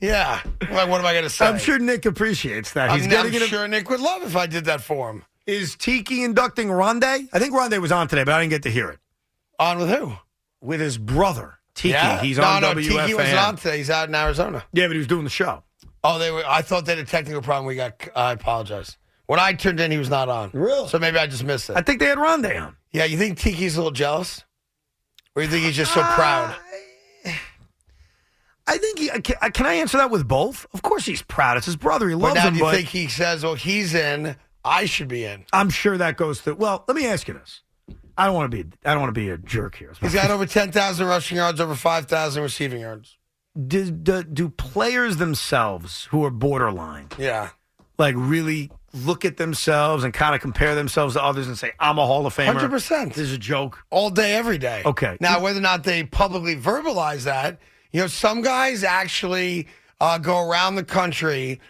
S1: Yeah. Like, what am I going to say?
S2: I'm sure Nick appreciates that.
S1: I'm,
S2: He's
S1: I'm
S2: getting it.
S1: sure Nick would love if I did that for him.
S2: Is Tiki inducting Rondé? I think Rondé was on today, but I didn't get to hear it.
S1: On with who?
S2: With his brother, Tiki.
S1: yeah.
S2: He's
S1: no,
S2: on
S1: no,
S2: WFAN.
S1: Tiki was on today. He's out in Arizona.
S2: Yeah, but he was doing the show.
S1: Oh, they were. I thought they had a technical problem. We got. I apologize. When I turned in, he was not on.
S2: Really?
S1: So maybe I just missed it.
S2: I think they had Rondé on.
S1: yeah. You think Tiki's a little jealous, or you think he's just so
S2: Ah,
S1: proud?
S2: I think he. Can, can I answer that with both? Of course, he's proud. It's his brother. He
S1: But
S2: loves
S1: now
S2: him.
S1: do you
S2: but
S1: think he says, "Well, he's in. I should be in."
S2: I'm sure that goes to. Well, let me ask you this. I don't want to be. I don't want to be a jerk here.
S1: He's got over ten thousand rushing yards, over five thousand receiving yards.
S2: do, do, do players themselves who are borderline
S1: Yeah.
S2: like really look at themselves and kind of compare themselves to others and say, "I'm a Hall of Famer."
S1: 100%.
S2: This is a joke.
S1: all day, every day.
S2: Okay.
S1: Now, whether or not they publicly verbalize that, you know, some guys actually uh, go around the country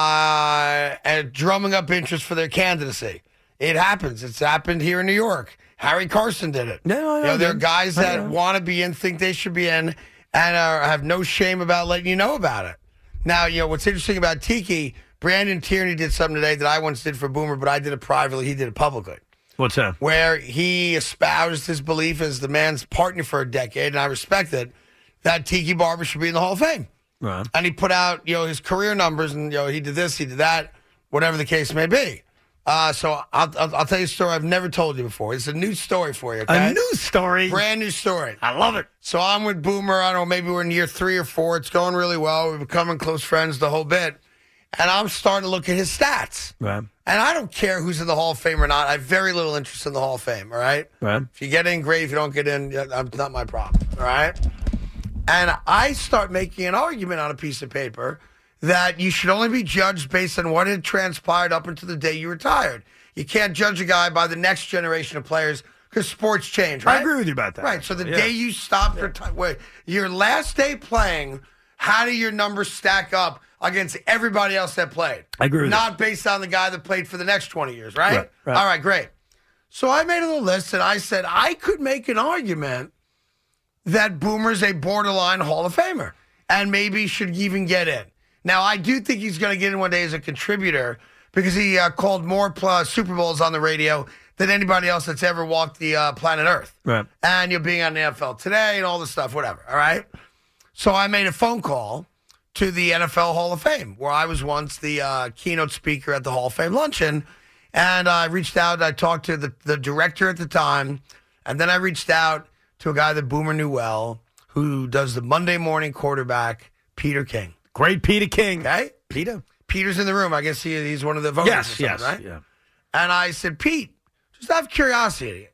S1: uh, and drumming up interest for their candidacy. It happens. It's happened here in New York. Harry Carson did it.
S2: No, no,
S1: you
S2: no,
S1: know, there are
S2: dude.
S1: guys
S2: I
S1: that
S2: know.
S1: want to be in, think they should be in, and are, have no shame about letting you know about it. Now, you know, what's interesting about Tiki, Brandon Tierney did something today that I once did for Boomer, but I did it privately. He did it publicly
S2: What's that?
S1: where he espoused his belief as the man's partner for a decade, and I respect it, that Tiki Barber should be in the Hall of Fame.
S2: Right.
S1: And he put out, you know, his career numbers, and you know, he did this, he did that, whatever the case may be. Uh, so I'll, I'll, I'll tell you a story I've never told you before. It's a new story for you. Okay?
S2: A news story.
S1: brand new story.
S2: I love it.
S1: So I'm with Boomer. I don't know, maybe we're in year three or four. It's going really well. We're becoming close friends the whole bit. And I'm starting to look at his stats.
S2: Right.
S1: And I don't care who's in the Hall of Fame or not. I have very little interest in the Hall of Fame, all right?
S2: Right.
S1: If you get in, great. If you don't get in, yeah, that's not my problem, all right? And I start making an argument on a piece of paper that you should only be judged based on what had transpired up until the day you retired. You can't judge a guy by the next generation of players because sports change, right?
S2: I agree with you about that.
S1: Right. So the
S2: actually, yeah.
S1: day you stop for ti- wait, your last day playing, how do your numbers stack up against everybody else that played?
S2: I agree with
S1: Not based on the guy that played for the next 20 years, right?
S2: Right, right.
S1: All right, great. So I made a little list and I said I could make an argument that Boomer's a borderline Hall of Famer and maybe should even get in. Now, I do think he's going to get in one day as a contributor because he uh, called more pl- Super Bowls on the radio than anybody else that's ever walked the uh, planet Earth
S2: Right.
S1: and you're being on the NFL today and all this stuff, whatever. All right. So I made a phone call to the NFL Hall of Fame, where I was once the uh, keynote speaker at the Hall of Fame luncheon. And I reached out and I talked to the, the director at the time. And then I reached out to a guy that Boomer knew well, who does the Monday morning quarterback, Peter King.
S2: Great Peter King.
S1: Okay.
S2: Peter.
S1: Peter's in the room. I guess he, he's one of the voters. or
S2: Yes.
S1: something,
S2: Yes.
S1: Right?
S2: Oh, Yeah.
S1: And I said, Pete, just out of curiosity,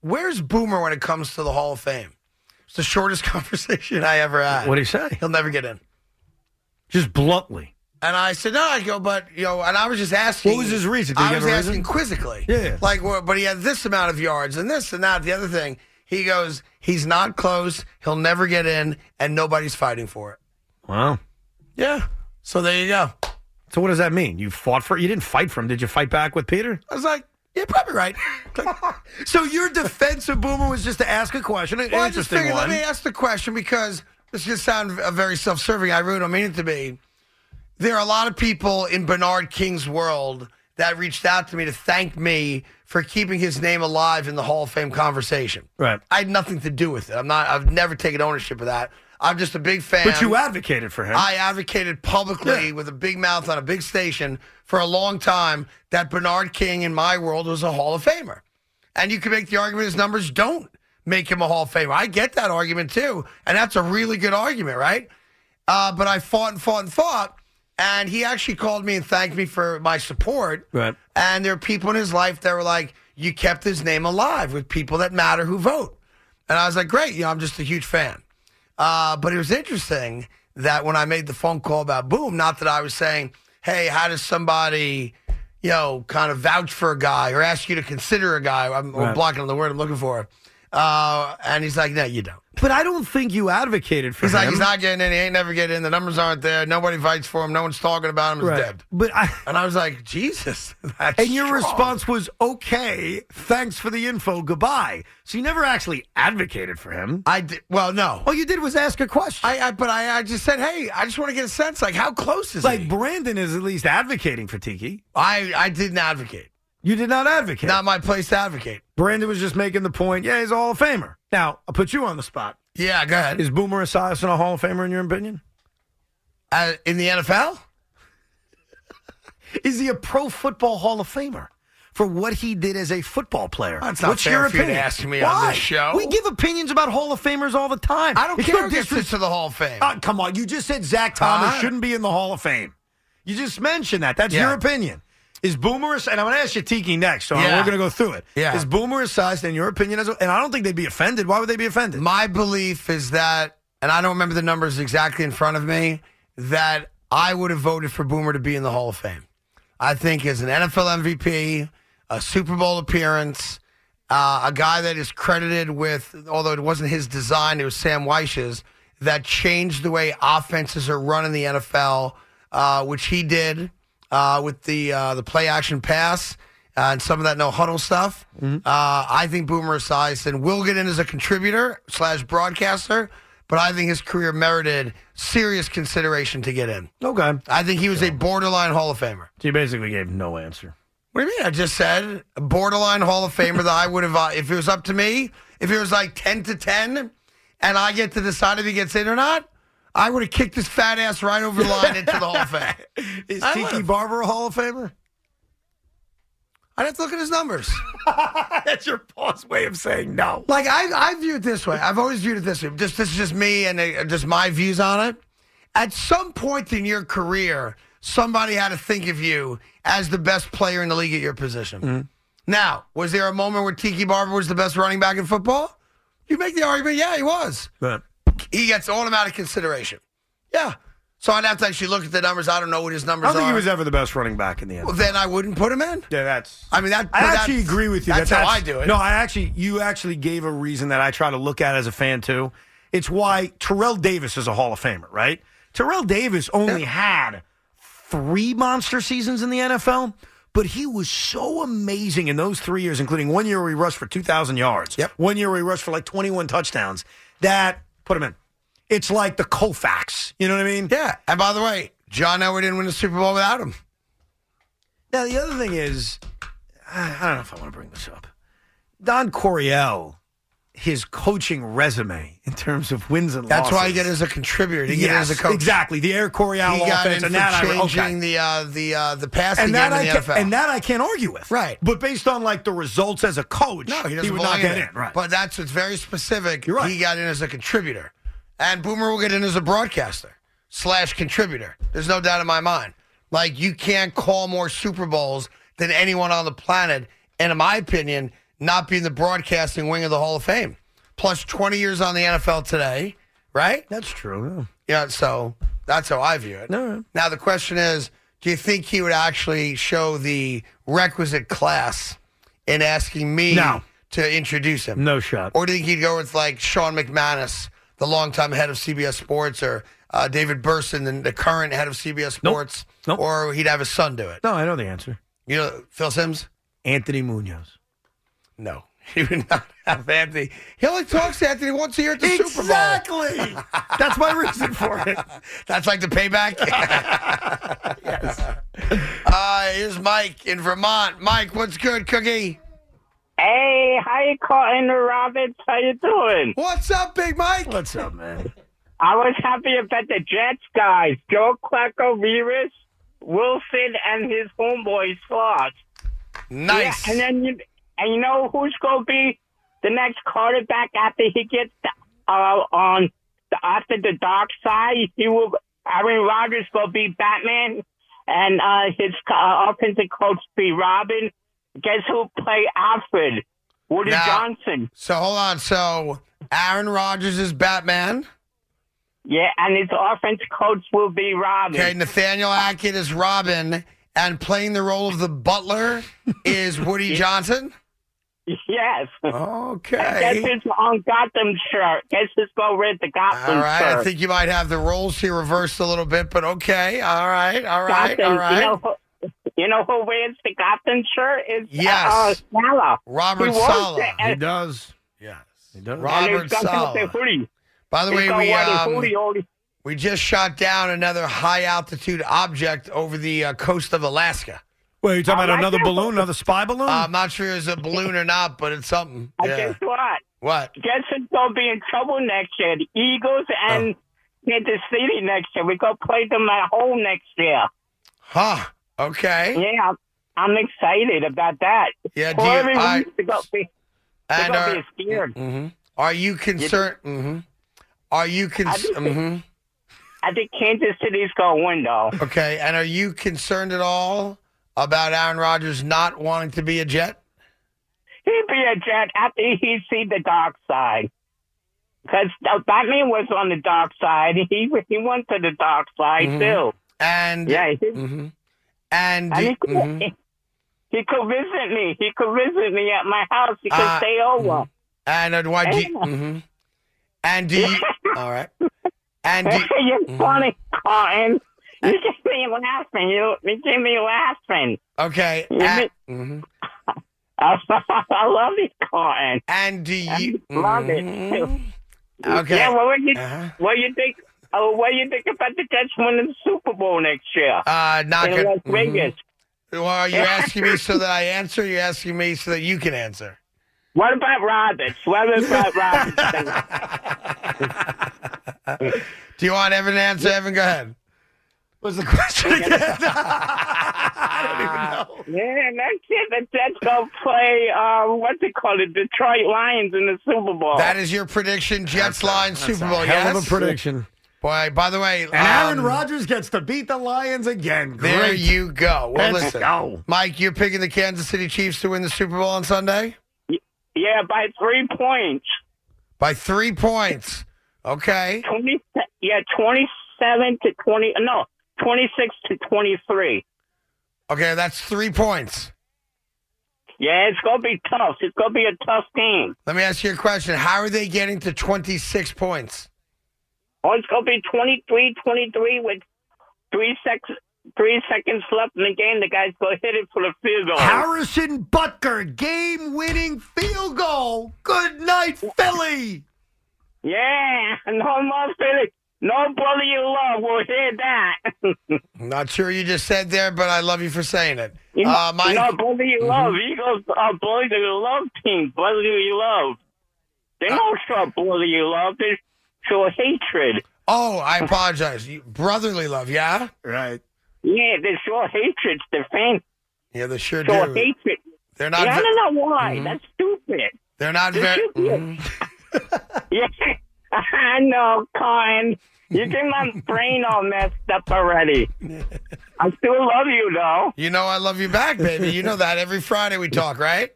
S1: where's Boomer when it comes to the Hall of Fame? It's the shortest conversation I ever had.
S2: What do you say?
S1: He'll never get in.
S2: Just bluntly.
S1: And I said, no, I go, but, you know, and I was just asking.
S2: What was his reason? Did he
S1: I
S2: have
S1: was
S2: a
S1: asking
S2: reason?
S1: quizzically.
S2: Yeah.
S1: Like, well, but he had this amount of yards and this and that, the other thing. He goes, he's not close. He'll never get in, and nobody's fighting for it.
S2: Wow.
S1: Yeah. So there you go.
S2: So what does that mean? You fought for? You didn't fight for him. Did you fight back with Peter?
S1: I was like, yeah, probably right.
S2: So your defense of Boomer was just to ask a question, an
S1: Well, I just
S2: interesting
S1: figured,
S2: one.
S1: let me ask the question because this could sound uh, very self serving. I really don't mean it to be. There are a lot of people in Bernard King's world that reached out to me to thank me for keeping his name alive in the Hall of Fame conversation.
S2: Right.
S1: I had nothing to do with it. I'm not, I've never taken ownership of that. I'm just a big fan.
S2: but you advocated for him.
S1: I advocated publicly
S2: Yeah.
S1: with a big mouth on a big station for a long time that Bernard King in my world was a Hall of Famer. And you can make the argument his numbers don't make him a Hall of Famer. I get that argument too. And that's a really good argument, right? Uh, but I fought and fought and fought. And he actually called me and thanked me for my support.
S2: Right.
S1: And there are people in his life that were like, you kept his name alive with people that matter who vote. And I was like, great. You know, I'm just a huge fan. Uh, but it was interesting that when I made the phone call about Boom, not that I was saying, hey, how does somebody you know, kind of vouch for a guy or ask you to consider a guy. I'm or
S2: Right.
S1: blocking on the word I'm looking for. Uh, and he's like, no, you don't.
S2: But I don't think you advocated for
S1: He's
S2: him.
S1: like, he's not getting in. He ain't never getting in. The numbers aren't there. Nobody fights for him. No one's talking about him. He's
S2: right.
S1: dead.
S2: But I.
S1: And I was like, Jesus. That's
S2: And your
S1: strong.
S2: response was okay. Thanks for the info. Goodbye. So you never actually advocated for him.
S1: I did, well, no.
S2: All you did was ask a question.
S1: I, I but I, I just said, hey, I just want to get a sense, like how close is
S2: like
S1: he?
S2: Brandon is at least advocating for Tiki.
S1: I I didn't advocate.
S2: You did not advocate.
S1: Not my place to advocate.
S2: Brandon was just making the point. Yeah, he's a Hall of Famer. Now I'll put you on the spot.
S1: Yeah, go ahead.
S2: Is Boomer Esiason a Hall of Famer in your opinion?
S1: Uh, in the NFL,
S2: Is he a Pro Football Hall of Famer for what he did as a football player?
S1: That's not
S2: What's
S1: fair
S2: your
S1: for you to
S2: opinion?
S1: ask me on
S2: Why?
S1: this show.
S2: We give opinions about Hall of Famers all the time.
S1: I don't
S2: It's
S1: care
S2: no
S1: who gets
S2: disres-
S1: into the Hall of Fame.
S2: Uh, come on, you just said Zach Thomas
S1: Huh?
S2: shouldn't be in the Hall of Fame. You just mentioned that. That's
S1: Yeah.
S2: your opinion. Is Boomer Es- and I'm going to ask you Tiki next, so
S1: Yeah.
S2: we're going to go through it.
S1: Yeah.
S2: Is Boomer Esiason in your opinion as a, and I don't think they'd be offended. Why would they be offended?
S1: my belief is that, and I don't remember the numbers exactly in front of me, that I would have voted for Boomer to be in the Hall of Fame. I think as an NFL MVP, a Super Bowl appearance, uh, a guy that is credited with, although it wasn't his design, it was Sam Weish's, that changed the way offenses are run in the NFL, uh, which he did uh, with the uh, the play action pass uh, and some of that no huddle stuff. Uh, I think Boomer Esiason will get in as a contributor slash broadcaster, but I think his career merited serious consideration to get in.
S2: okay.
S1: I think he was a borderline Hall of Famer.
S2: So you basically gave no answer.
S1: What do you mean? I just said a borderline Hall of Famer that I would have, uh, if it was up to me, if it was like 10 to 10 and I get to decide if he gets in or not, I would have kicked his fat ass right over the line into the Hall of Fame.
S2: Is
S1: I
S2: Tiki
S1: would've.
S2: Barber a Hall of Famer?
S1: I'd have to look at his numbers.
S2: That's your boss way of saying no.
S1: Like, I, I view it this way. I've always viewed it this way. Just This is just me and uh, just my views on it. At some point in your career, somebody had to think of you as the best player in the league at your position.
S2: Mm-hmm.
S1: Now, was there a moment where Tiki Barber was the best running back in football? You make the argument, yeah, he was.
S2: But
S1: he gets automatic consideration. Yeah. So I'd have to actually look at the numbers. I don't know what his numbers
S2: I don't think
S1: are.
S2: he was ever the best running back in the NFL.
S1: Well, then I wouldn't put him in.
S2: yeah, that's.
S1: I mean, that.
S2: I
S1: but
S2: actually
S1: that's-
S2: agree with you.
S1: That's,
S2: that
S1: how I do it.
S2: No, I actually, you actually gave a reason that I try to look at as a fan too. It's why Terrell Davis is a Hall of Famer, right? Terrell Davis only had three monster seasons in the NFL, but he was so amazing in those three years, including one year where he rushed for 2,000 yards,
S1: Yep.
S2: one year where he rushed for like 21 touchdowns, that put him in. It's like the Colfax. You know what I mean?
S1: yeah. And by the way, John Elway didn't win the Super Bowl without him.
S2: Now the other thing is, I I don't know if I want to bring this up. Don Coryell, his coaching resume in terms of wins and
S1: That's
S2: losses.
S1: why he got it as a contributor. He got it
S2: yes,
S1: as a coach.
S2: exactly the Air Coryell
S1: He got
S2: offense,
S1: in
S2: and
S1: for
S2: that I
S1: changing
S2: okay.
S1: the uh, the uh, the passing
S2: and
S1: game
S2: that I
S1: in the
S2: can,
S1: NFL.
S2: and that I can't argue with.
S1: Right.
S2: but based on like the results as a coach,
S1: no, he doesn't
S2: would
S1: belong
S2: not get in.
S1: it.
S2: Right,
S1: But that's what's very specific.
S2: You're right.
S1: He got in as a contributor, and Boomer will get in as a broadcaster slash contributor. There's no doubt in my mind. Like you can't call more Super Bowls than anyone on the planet, and in my opinion, not being the broadcasting wing of the Hall of Fame. Plus 20 years on the NFL today, right?
S2: that's true.
S1: Yeah, so that's how I view it.
S2: No.
S1: Now the question is, do you think he would actually show the requisite class in asking me
S2: No.
S1: to introduce him?
S2: No shot.
S1: Or do you think he'd go with like Sean McManus, the longtime head of CBS Sports, or uh, David Burson, the, the current head of CBS Sports?
S2: Nope.
S1: Or he'd have his son do it.
S2: No, I know the answer.
S1: You know, Phil Sims?
S2: Anthony Munoz.
S1: No. He would not have Anthony. He only talks to Anthony once a year at the Super Bowl.
S2: Exactly. That's my reason for it.
S1: That's like the payback. yes. Uh, here's Mike in Vermont. Mike, what's good, Cookie?
S6: Hey, how you Cotton Roberts? How you doing?
S1: What's up, Big Mike?
S2: What's up, man?
S6: I was happy about the Jets guys. Joe Klecko Virus, Wilson and his homeboys lost.
S1: Nice.
S6: Yeah, and then you and you know who's gonna be the next quarterback after he gets uh, on the, after the dark side? He will. Aaron Rodgers will be Batman, and uh, his uh, offensive coach be Robin. Guess who play Alfred? Woody
S1: Now-
S6: Johnson.
S1: so hold on. So Aaron Rodgers is Batman.
S6: Yeah, and his offense coach will be Robin.
S1: Okay, Nathaniel Hackett is Robin, and playing the role of the butler is Woody Johnson.
S6: Yes. That's
S1: Okay.
S6: his on Gotham shirt. Guess his go rid the Gotham
S1: All right.
S6: shirt.
S1: I think you might have the roles here reversed a little bit, but okay. All right. All right.
S6: Gotham.
S1: All right.
S6: You know, who, you know who wears the Gotham shirt? Is uh,
S1: Yes.
S6: Sala. He
S1: Robert
S6: was
S1: Sala.
S6: at- He
S1: does. Yes.
S6: And
S1: Robert
S6: he's got the
S1: Sala.
S6: hoodie.
S1: By the
S6: He's
S1: way,
S6: got
S1: we
S6: one
S1: um,
S6: hoodie on.
S1: we just shot down another high altitude object over the uh, coast of Alaska.
S2: Wait, you talking about
S6: like
S2: another
S6: that.
S2: balloon, another spy balloon?
S1: Uh, I'm not sure it's a balloon or not, but it's something.
S6: I
S1: Yeah.
S6: guess what?
S1: What?
S6: Guess who's gonna be in trouble next year? The Eagles
S1: Oh.
S6: and Kansas City next year. We're gonna play them at home next year.
S1: Huh. Okay.
S6: Yeah, I'm, I'm excited about that.
S1: Yeah. Do
S6: For every
S1: you, I,
S6: week, they're gonna be, they're
S1: and
S6: gonna
S1: are,
S6: be scared.
S1: Mhm. are you concerned? hmm Are you mm-hmm.
S6: I do
S1: concerned?
S6: think- I think Kansas City's gonna win though.
S1: Okay. And are you concerned at all about Aaron Rodgers not wanting to be a Jet?
S6: He'd be a jet after he see the dark side. Because Batman was on the dark side. He he went to the dark side
S1: Mm-hmm.
S6: too.
S1: And
S6: Yeah, he,
S1: hmm And,
S6: and he,
S1: do-
S6: could,
S1: mhm.
S6: he, could visit me. He could visit me at my house. He could
S1: Uh,
S6: stay over.
S1: and uh, why do you,
S6: Yeah.
S1: mhm. and do you? all right. And do,
S6: You're funny, Cotton. You get me laughing. You, you get me laughing.
S1: okay. mm-hmm.
S6: You
S1: And,
S6: make- I, love you, Cotton.
S1: and do you?
S6: love it.
S1: mhm.
S6: Too.
S1: Okay.
S6: Yeah, what would you
S1: Uh-huh.
S6: what you think? Oh, what you think about the Jets winning the Super Bowl next year
S1: Uh, not
S6: in
S1: good.
S6: Las
S1: mhm.
S6: Vegas?
S1: Well, are you asking me so that I answer? You're asking me so that you can answer.
S6: What about Roberts? What about Roberts?
S1: Do you want Evan to answer? Evan, go ahead.
S2: was the question again?
S6: yeah, next year the Jets go play uh, what's it called, the Detroit Lions in the Super Bowl.
S1: That is your prediction. Jets, Lions, Super Bowl.
S2: Hell
S1: yes.
S2: of a prediction.
S1: Boy, by the way,
S2: And Aaron
S1: um,
S2: Rodgers gets to beat the Lions again. Great.
S1: There you go. Well,
S2: Let's
S1: listen,
S2: go.
S1: Mike, you're picking the Kansas City Chiefs to win the Super Bowl on Sunday
S6: yeah, by three points.
S1: by three points. Okay.
S6: Twenty. Yeah, twenty-seven to twenty. No, twenty-six to twenty-three.
S1: Okay, that's three points.
S6: Yeah, it's gonna be tough. It's gonna be a tough game.
S1: Let me ask you a question. How are they getting to 26 points?
S6: Oh, it's gonna be 23, 23 with three seconds, three seconds left in the game. The guy's gonna hit it for the field goal.
S2: Harrison Butker, game winning field goal. Good night, Philly.
S6: Yeah, no more Philly. No brother you love will hear that.
S1: I'm not sure you just said there, but I love you for saying it.
S6: you
S1: Uh,
S6: know,
S1: Mike,
S6: no brother you love. Eagles are brother you love team. Brother you love. They
S1: Uh,
S6: don't show brother you love. They show hatred.
S1: Oh, I apologize. You- Brotherly love, yeah?
S2: Right.
S6: Yeah, they show hatred. The fans
S1: Yeah, they sure
S6: show
S1: do.
S6: hatred.
S1: They're not.
S6: Yeah, I
S1: ve-
S6: don't know why.
S1: Mm-hmm.
S6: That's stupid.
S1: They're not
S6: This
S1: very.
S6: should be a- Yeah, I know, Con. You get my brain all messed up already. I still love you, though.
S1: Mm-hmm. You know, I love you back, baby. You know that. Every Friday we talk, right?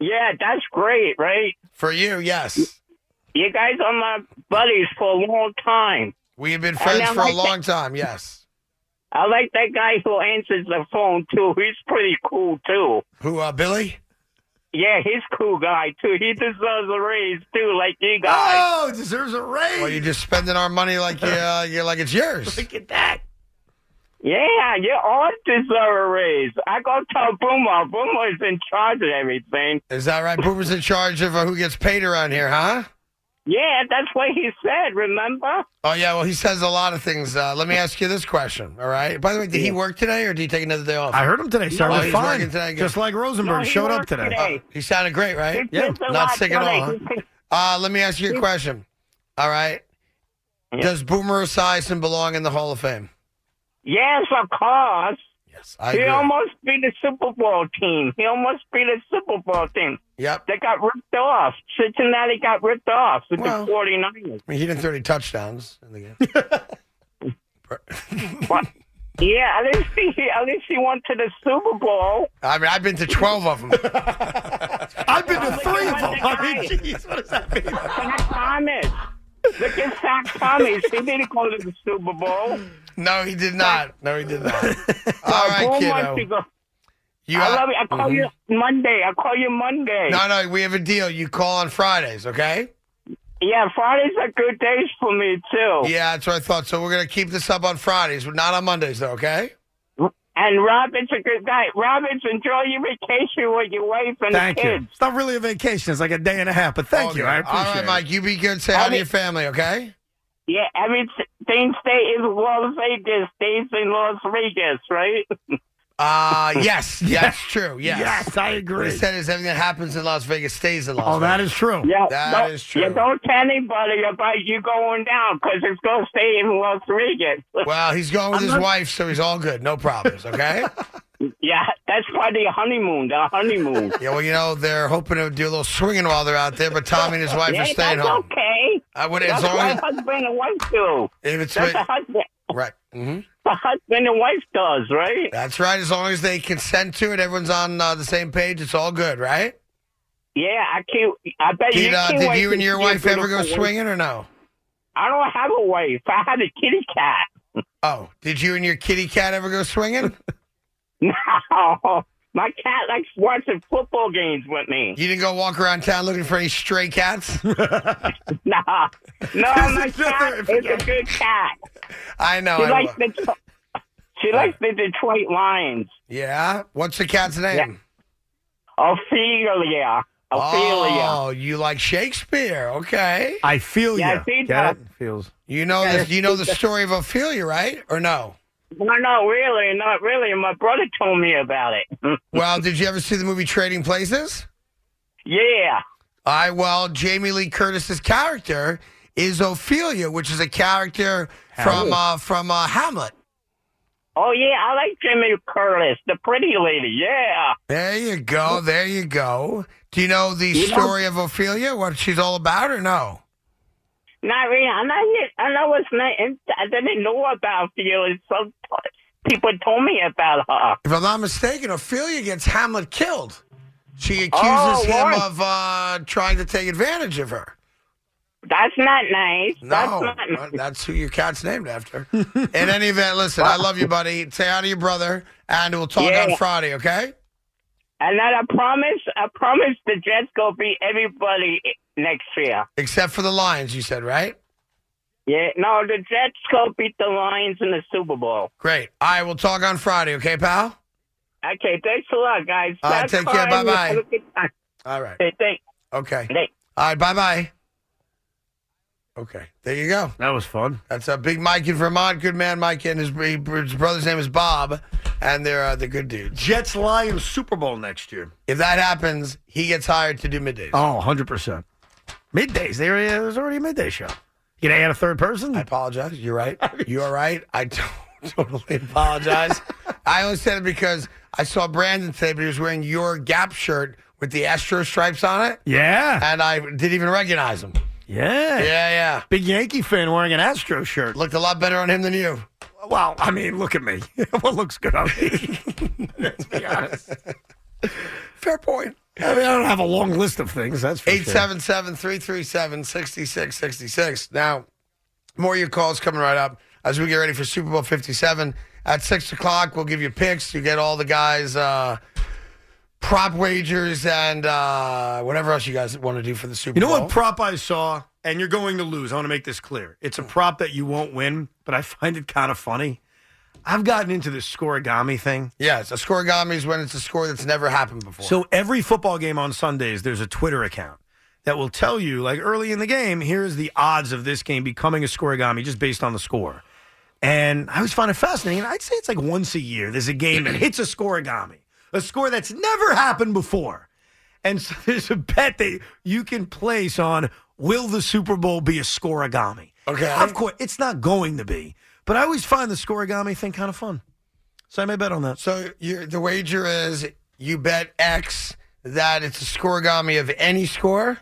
S6: Yeah, that's great, right?
S1: For you, yes.
S6: You guys are my buddies for a long time.
S1: We have been
S6: I
S1: friends
S6: know,
S1: for a
S6: like
S1: long time. Yes.
S6: I like that guy who answers the phone, too. He's pretty cool, too.
S1: Who? Uh, Billy?
S6: Yeah, he's cool guy, too. He deserves a raise, too, like you guys.
S2: Oh, deserves a raise.
S1: Well, you're just spending our money like you, uh, you're like it's yours.
S2: Look at that.
S6: Yeah, you all deserve a raise. I go tell Boomer. Boomer is in charge of everything.
S1: Is that right? Boomer's in charge of uh, who gets paid around here, huh?
S6: Yeah, that's what he said, remember?
S1: Oh yeah. Well, he says a lot of things. Uh, let me ask you this question. All right. By the way, did he work today, or did he take another day off?
S2: I heard him today, sir.
S1: No,
S2: We're
S1: he's
S2: fine.
S1: working today, good.
S2: Just like Rosenberg
S6: No, he
S2: showed up
S6: worked
S2: today.
S6: today.
S1: He sounded great, right?
S6: It's just
S1: Not
S6: a lot
S1: sick at all.
S6: funny.
S1: huh? Uh, let me ask you a question. All right.
S6: Yeah.
S1: Does Boomer Esiason belong in the Hall of Fame?
S6: Yes, of course.
S1: Yes, I
S6: he
S1: agree.
S6: almost beat the Super Bowl team. He almost beat the Super Bowl team.
S1: yep.
S6: They got ripped off. Cincinnati got ripped off with
S1: Well.
S6: the 49ers.
S1: I mean, he didn't throw any touchdowns in the game.
S6: But, yeah, at least, he, at least he went to the Super Bowl.
S1: I mean, I've been to 12 of them.
S2: I've been to
S6: Look
S2: three
S6: at
S2: of them.
S6: what
S2: I mean,
S6: they
S2: jeez, what does that mean?
S6: Zach Thomas. Look at Zach Thomas. He didn't go to the Super Bowl.
S1: No, he did not. No, he did not. All right,
S6: Four months
S1: kiddo.
S6: ago.
S1: You
S6: I
S1: got-
S6: love it. I call you Monday. I call you Monday.
S1: No, no, we have a deal. You call on Fridays, okay?
S6: Yeah, Fridays are good days for me too.
S1: Yeah, that's what I thought. So we're gonna keep this up on Fridays, but not on Mondays, though. Okay?
S6: And Robin's a good guy. Robbins, enjoy your vacation with your wife and
S2: Thank
S6: the
S2: you.
S6: kids.
S2: It's not really a vacation. It's like a day and a half. But thank
S1: Okay.
S2: you. I appreciate
S1: All right,
S2: it.
S1: Mike. You be good. Say hi to
S6: mean-
S1: your family, okay?
S6: Yeah, everything stay in Las Vegas, stays in Las Vegas, right?
S1: Uh yes, yes, true. Yes.
S2: Yes, I
S1: What he
S2: agree.
S1: said is everything that happens in Las Vegas stays in Las
S2: Oh,
S1: Vegas.
S2: that is true.
S6: Yeah,
S1: That
S6: don't,
S1: is true.
S6: Yeah, don't tell anybody about you going down because it's going to stay in Las Vegas.
S1: Well, he's going with his wife, so he's all good. No problems, okay?
S6: yeah, that's probably a honeymoon, the honeymoon.
S1: yeah, well, you know, they're hoping to do a little swinging while they're out there, but Tommy and his wife
S6: yeah,
S1: are staying
S6: that's
S1: home.
S6: okay.
S1: I would, as
S6: That's
S1: long
S6: what
S1: as,
S6: a husband and wife do.
S1: if it's
S6: That's a husband.
S1: right. hmm
S6: A husband and wife does, right?
S1: That's right. As long as they consent to it, everyone's on uh, the same page. It's all good, right?
S6: Yeah, I can't. I bet you
S1: Did, uh,
S6: can't
S1: did
S6: wait
S1: you
S6: to
S1: and your
S6: see
S1: wife ever go
S6: beautiful wife.
S1: swinging or no?
S6: I don't have a wife. I have a kitty cat.
S1: Oh, did you and your kitty cat ever go swinging?
S6: No, my cat likes watching football games with me.
S1: You didn't go walk around town looking for any stray cats?
S6: No, no, my
S1: There's another-
S6: cat is a good cat.
S1: I know.
S6: She
S1: I
S6: likes
S1: will.
S6: the she likes the Detroit Lions.
S1: Yeah. What's the cat's name?
S6: Ophelia, Ophelia.
S1: Oh, you like Shakespeare? Okay.
S2: I feel
S6: Yeah,
S2: you.
S6: I see
S2: Get
S6: that.
S2: it? Feels.
S1: You know this, you know the story of Ophelia, right? Or no?
S6: No, no, really, not really. My brother told me about it.
S1: Well, did you ever see the movie Trading Places?
S6: yeah,
S1: I well, Jamie Lee Curtis's character is Ophelia, which is a character from uh, from uh, Hamlet.
S6: oh yeah, I like Jimmy Curtis, the pretty lady. Yeah,
S1: There you go. There you go. Do you know the
S6: You know-
S1: story of Ophelia? What she's all about, or no?
S6: not really. I know, I know it's not. I didn't know about Ophelia. Some people told me about her.
S1: If I'm not mistaken, Ophelia gets Hamlet killed. She accuses
S6: Oh,
S1: him
S6: what?
S1: of uh, trying to take advantage of her.
S6: That's not nice. That's
S1: No, Uh,
S6: not nice.
S1: that's who your cat's named after. In any event, listen, I love you, buddy. Say hi to your brother, and we'll talk
S6: Yeah.
S1: on Friday, okay?
S6: And then I promise, I promise the Jets go beat everybody next year.
S1: Except for the Lions, you said, right?
S6: Yeah, no, the Jets go beat the Lions in the Super Bowl.
S1: Great. All right, we'll talk on Friday, okay, pal?
S6: Okay, thanks a lot, guys.
S1: All right,
S6: Stop
S1: take care.
S6: calling me.
S1: Bye-bye.
S6: Have a good time.
S1: All right.
S6: Hey, thank,
S1: Okay.
S6: thank.
S1: All right, bye bye. Okay, there you go.
S2: That was fun.
S1: That's a big Mike in Vermont. Good man, Mike, and his, his brother's name is Bob, and they're uh, the good dudes.
S2: Jets Lions Super Bowl next year.
S1: If that happens, he gets hired to do middays.
S2: Oh, 100%. Middays. There is there's already a midday show. You gonna add a third person?
S1: I apologize. You're right. You're right. I don't totally apologize. I only said it because I saw Brandon today, but he was wearing your Gap shirt with the Astro stripes on it,
S2: yeah.
S1: and I didn't even recognize him.
S2: Yeah.
S1: Yeah, yeah.
S2: Big Yankee fan wearing an Astro shirt.
S1: Looked a lot better on him than you.
S2: Well, I mean, look at me. what looks good on me? Let's be honest.
S1: Fair point.
S2: I mean, I don't have a long list of things. That's for sure.
S1: 877 337 6666. Now, more of your calls coming right up as we get ready for Super Bowl 57. At 6 o'clock, we'll give you picks. You get all the guys' uh, prop wagers and uh, whatever else you guys want to do for the Super
S2: You know
S1: Bowl.
S2: what prop I saw, and you're going to lose. I want to make this clear. It's a prop that you won't win, but I find it kind of funny. I've gotten into this scorigami thing.
S1: yes, a scoregami is when it's a score that's never happened before.
S2: So every football game on Sundays, there's a Twitter account that will tell you, like early in the game, here's the odds of this game becoming a scorigami just based on the score. And I always find it fascinating. And I'd say it's like once a year, there's a game that hits a scorigami, a score that's never happened before. And so there's a bet that you can place on will the Super Bowl be a scorigami?
S1: Okay.
S2: Of course, it's not going to be, but I always find the scorigami thing kind of fun. So I may bet on that.
S1: So you the wager is you bet X that it's a scoregami of any score.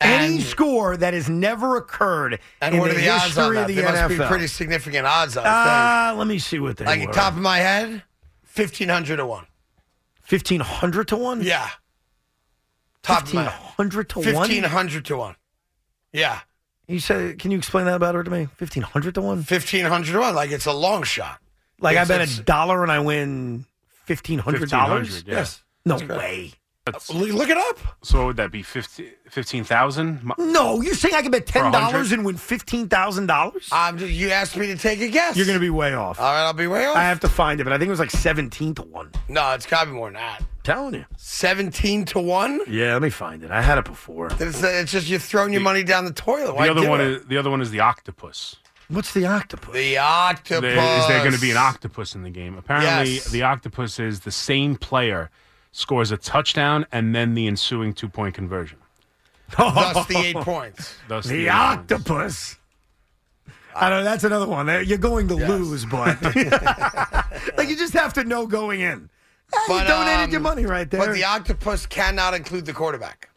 S2: any
S1: And-
S2: score that has never occurred
S1: And
S2: in
S1: what
S2: the,
S1: are the
S2: history
S1: odds on that?
S2: of the
S1: there
S2: NFL.
S1: must be pretty significant odds on it.
S2: Ah, let me see what they
S1: like
S2: were.
S1: top of my head, fifteen hundred to one.
S2: fifteen hundred to one.
S1: Yeah, top of my
S2: fifteen hundred to one.
S1: fifteen hundred to one. Yeah,
S2: You said, can you explain that better to me? Fifteen hundred to one.
S1: Fifteen hundred to one. Like it's a long shot.
S2: Like
S1: Yes,
S2: I bet
S1: it's-
S2: a dollar and I win fifteen hundred dollars.
S3: $1,500, yeah.
S1: Yes.
S2: No way.
S3: That's,
S1: L- Look it up.
S3: so what would that be 50 15,000? Mi-
S2: No, you're saying I can bet ten dollars
S3: $100?
S2: and win fifteen thousand dollars?
S1: Um, you asked me to take a guess.
S2: You're going to be way off.
S1: All right, I'll be way off.
S2: I have to find it, but I think it was like seventeen to one.
S1: no, it's gotta be more than that.
S2: telling you.
S1: Seventeen to one.
S2: Yeah, let me find it. I had it before.
S1: It's, it's just you're throwing your money down the toilet. Why
S3: The other
S1: do
S3: one
S1: it?
S3: is the other one is the octopus.
S2: What's the octopus?
S1: the octopus.
S3: There, is there going to be an octopus in the game? Apparently,
S1: Yes.
S3: the octopus is the same player scores a touchdown and then the ensuing two point conversion.
S1: Thus the eight points.
S3: Thus
S2: The
S3: eight points.
S2: octopus. I know that's another one. Uh, You're going to lose, but like you just have to know going in. Yeah,
S1: But,
S2: you donated
S1: um,
S2: your money right there.
S1: But the octopus cannot include the quarterback.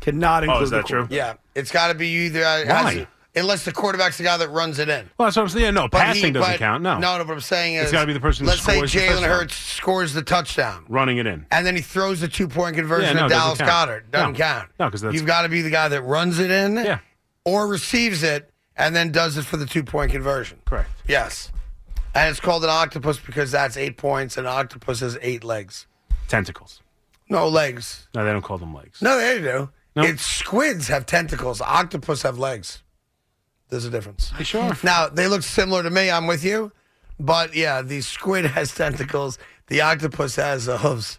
S2: Cannot include.
S3: Oh, is
S2: the
S3: that true?
S2: quarter-
S1: Yeah, it's got to be you either.
S3: Why?
S1: Unless the quarterback's the guy that runs it in.
S3: Well, that's what I'm saying. Yeah, no,
S1: But
S3: passing
S1: he-
S3: doesn't
S1: but-
S3: count. No.
S1: no, no. What I'm saying is,
S3: It's gotta be the person who
S1: Let's say
S3: scores the
S1: Jalen
S3: touchdown.
S1: Hurts scores the touchdown,
S3: Running it in.
S1: and then he throws the two point conversion
S3: Yeah, no,
S1: to
S3: it doesn't
S1: Dallas
S3: count.
S1: Goddard. Doesn't
S3: No.
S1: count.
S3: No, 'cause that's-
S1: you've got to be the guy that runs it in,
S3: Yeah.
S1: or receives it and then does it for the two point conversion.
S3: Correct.
S1: Yes, and it's called an octopus because that's eight points, and an octopus has eight legs.
S3: Tentacles.
S1: No legs.
S3: No, they don't call them legs.
S1: No, they do.
S3: No?
S1: It's squids have tentacles. Octopus have legs. There's a difference.
S3: Sure.
S1: Now they look similar to me. I'm with you, but yeah, the squid has tentacles. The octopus has uh, hooves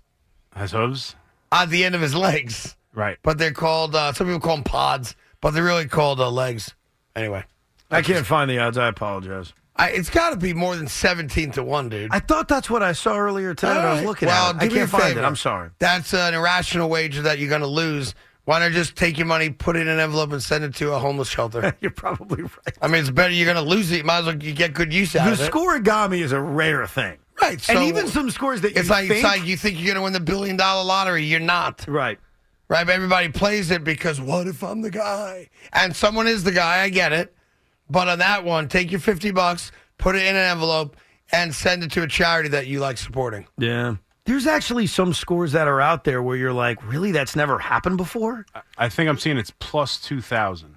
S3: Has hooves.
S1: on the end of his legs,
S3: Right.
S1: but they're called. Uh, some people call them pods, but they're really called uh, legs. Anyway,
S2: I can't find the odds. I apologize.
S1: I, it's got to be more than seventeen to one, dude.
S2: I thought that's what I saw earlier today. when I was
S1: All right.
S2: looking
S1: well,
S2: at it.
S1: do
S2: I
S1: me
S2: can't
S1: a
S2: find it.
S1: favor.
S2: I'm sorry.
S1: That's an irrational wager that you're going to lose. Why not just take your money, put it in an envelope, and send it to a homeless shelter?
S2: You're probably right.
S1: I mean, it's better you're going to lose it. You might as well you get good use out
S2: The
S1: of it.
S2: scoregami is a rare thing,
S1: Right. So
S2: and even some scores that you
S1: it's like
S2: think
S1: it's like you think you're going to win the billion dollar lottery. You're not.
S2: right.
S1: Right. But everybody plays it because what if I'm the guy? And someone is the guy. I get it. But on that one, take your fifty bucks, put it in an envelope, and send it to a charity that you like supporting.
S2: Yeah. There's actually some scores that are out there where you're like, really, that's never happened before.
S3: I think I'm seeing it's plus 2,000.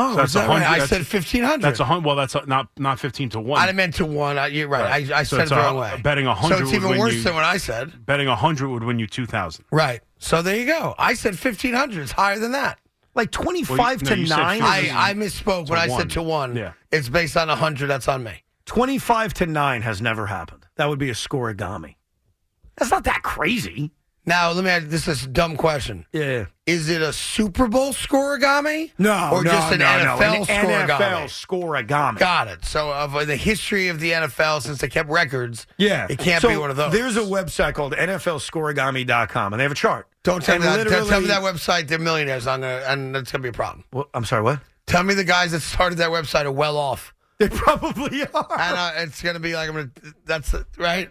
S1: Oh,
S3: that's
S1: is that right?
S3: 100
S1: I
S3: that's-
S1: said fifteen hundred.
S3: That's a hundred. Well, that's a, not not 15 to 1.
S1: I meant to one. I, you're right.
S3: Right.
S1: I, I
S3: So
S1: said it
S3: it's
S1: the
S3: a-
S1: wrong way.
S3: betting a
S1: So
S3: hundred
S1: it's
S3: would
S1: even
S3: win
S1: worse
S3: you-
S1: than what I said.
S3: Betting 100 would win you 2,000.
S1: Right. So there you go. I said fifteen hundred. It's higher than that.
S2: Like 25
S3: no,
S2: to
S3: you said
S2: 9.
S3: fifty.
S2: is-
S1: I, I misspoke when I
S3: one.
S1: said to one.
S3: Yeah.
S1: It's based on 100. That's on me.
S2: 25 to 9 has never happened. That would be a scoregami. That's not that crazy.
S1: Now, let me ask this is a dumb question.
S2: Yeah.
S1: Is it a Super Bowl scoregami?
S2: No,
S1: Or
S2: no,
S1: just an
S2: no, no.
S1: NFL scoregami?
S2: NFL scoregami.
S1: Got it. So, of uh, the history of the NFL, since they kept records,
S2: Yeah.
S1: it can't
S2: So
S1: be one of those.
S2: There's a website called NFLscoregami.com, and they have a chart.
S1: Don't tell
S2: And
S1: me that. Don't
S2: literally-
S1: Tell me that website. They're millionaires. I'm gonna, and that's gonna be a problem.
S2: Well, I'm sorry, what?
S1: Tell me the guys that started that website are well off,
S2: They probably are.
S1: and uh, it's gonna be like I'm gonna. That's right.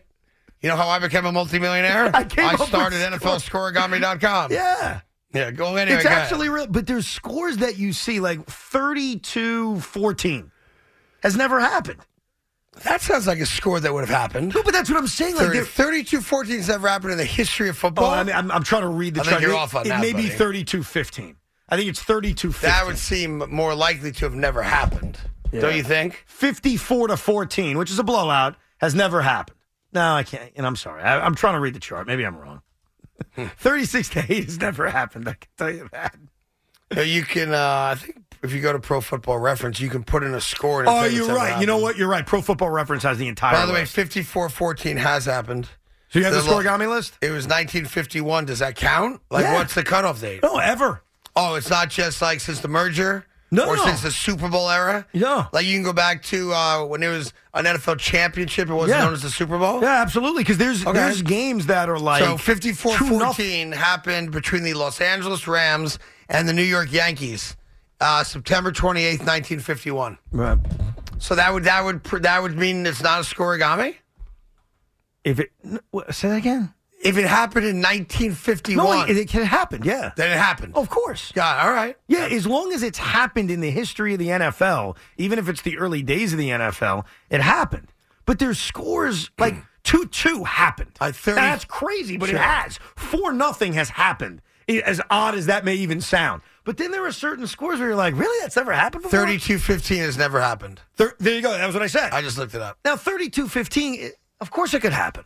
S1: You know how I became a multimillionaire?
S2: I came up with
S1: started
S2: score-
S1: NFLscoregami.com.
S2: Yeah.
S1: yeah. Go anyway.
S2: it's
S1: go ahead.
S2: actually real, but there's scores that you see like 32 14 has never happened.
S1: That sounds like a score that would have happened.
S2: No, but that's what I'm saying. Like,
S1: 30,
S2: they're-
S1: 32 14 has never happened in the history of
S2: oh,
S1: football.
S2: I mean, I'm, I'm trying to read the
S1: I think
S2: chart.
S1: you're
S2: it,
S1: off on
S2: it
S1: that,
S2: may be
S1: buddy.
S2: 32 15. I think it's 32 15.
S1: that would seem more likely to have never happened. Don't you think?
S2: 54 to 14, which is a blowout, has never happened. No, I can't. And I'm sorry. I, I'm trying to read the chart. Maybe I'm wrong.
S1: Hmm.
S2: 36 to 8 has never happened. I can tell you that.
S1: Uh, You can, uh, I think if you go to Pro Football Reference, you can put in a score. And it'll
S2: Oh,
S1: tell you
S2: you're
S1: what's ever
S2: right. You know
S1: happened.
S2: what? You're right. Pro Football Reference has the entire.
S1: By the way,
S2: list.
S1: 54 14 has happened.
S2: so you have the,
S1: the lo-
S2: scoregami list?
S1: It was 1951. Does that count? Like,
S2: Yeah.
S1: what's the cutoff date?
S2: No, ever.
S1: Oh, it's not just like since the merger?
S2: No.
S1: Or since the Super Bowl era?
S2: Yeah.
S1: Like, you can go back to uh, when there was an NFL championship. It wasn't
S2: Yeah.
S1: known as the Super Bowl?
S2: Yeah, absolutely. Because there's
S1: Okay.
S2: there's games that are like
S1: so 54
S2: two noth-
S1: 14 happened between the Los Angeles Rams and the New York Yankees, uh, September 28th, 1951.
S2: Right.
S1: So that would that would pr- that would mean it's not a scorigami?
S2: If it n- wha- say that again.
S1: If it happened in
S2: No,
S1: 1951,
S2: it, Oh. it can happen. Yeah.
S1: then it happened.
S2: Of course.
S1: God, all right.
S2: Yeah, as long as it's happened in the history of the NFL, even if it's the early days of the NFL, it happened. But there's scores like two two happened.
S1: I thirty-
S2: That's crazy, but
S1: Sure.
S2: it has. Four nothing has happened. I- As odd as that may even sound. But then there were certain scores where you're like, really? That's never happened before?
S1: 32 15 has never happened.
S2: Thir- there you go. That was what I said.
S1: I just looked it up.
S2: now, 32 15, of course it could happen.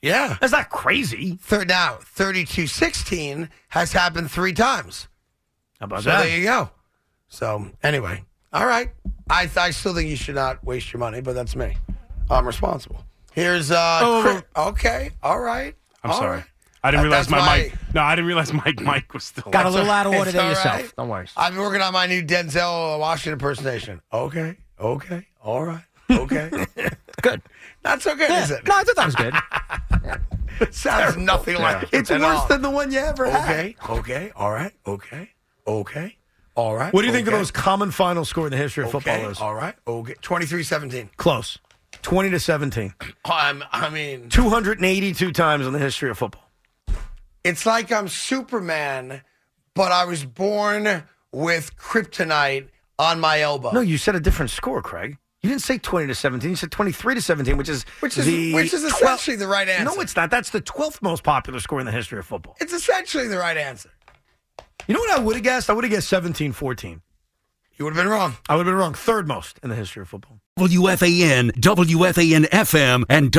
S1: Yeah.
S2: That's not crazy.
S1: Thir- now, 32 16 has happened three times.
S2: How about
S1: So there you go. So anyway, all right. I, I still think you should not waste your money, but that's me. I'm responsible. Here's uh
S2: Oh,
S3: Over.
S1: Chri- okay, all right.
S3: I'm
S1: all
S3: sorry.
S1: right.
S3: I didn't
S1: Uh,
S3: realize
S1: that's
S3: my
S1: why-
S3: mic. No, I didn't realize my mic was still.
S8: Got a little out of
S1: It's
S8: order than
S1: all
S8: yourself.
S1: right.
S8: Don't worry.
S1: I've been working on my new Denzel Washington impersonation. Okay, okay, all right, okay.
S8: Good.
S1: That's okay,
S8: Yeah.
S1: is it?
S8: No, I thought that was good.
S1: Sounds nothing like
S2: It's
S1: it at
S2: worse
S1: all.
S2: than the one you ever had.
S1: okay, okay, all right, okay, okay, all right.
S2: What do you think the
S1: okay,
S2: most common final score in the history of
S1: okay,
S2: football is?
S1: All right, okay, twenty-three seventeen.
S2: Close. 20 to 17.
S1: I'm, I mean,
S2: 282 times in the history of football.
S1: It's like I'm Superman, but I was born with kryptonite on my elbow.
S2: No, you said a different score, Craig. You didn't say 20 to 17. You said 23 to 17, which is
S1: Which is-
S2: the
S1: which is
S2: 12th
S1: essentially the right answer.
S2: No, it's not. That's the 12th most popular score in the history of football.
S1: it's essentially the right answer.
S2: You know what I would have guessed? I would have guessed 17 14.
S1: You would have been wrong.
S2: I would have been wrong. Third most in the history of football.
S7: WFAN, WFAN FM, and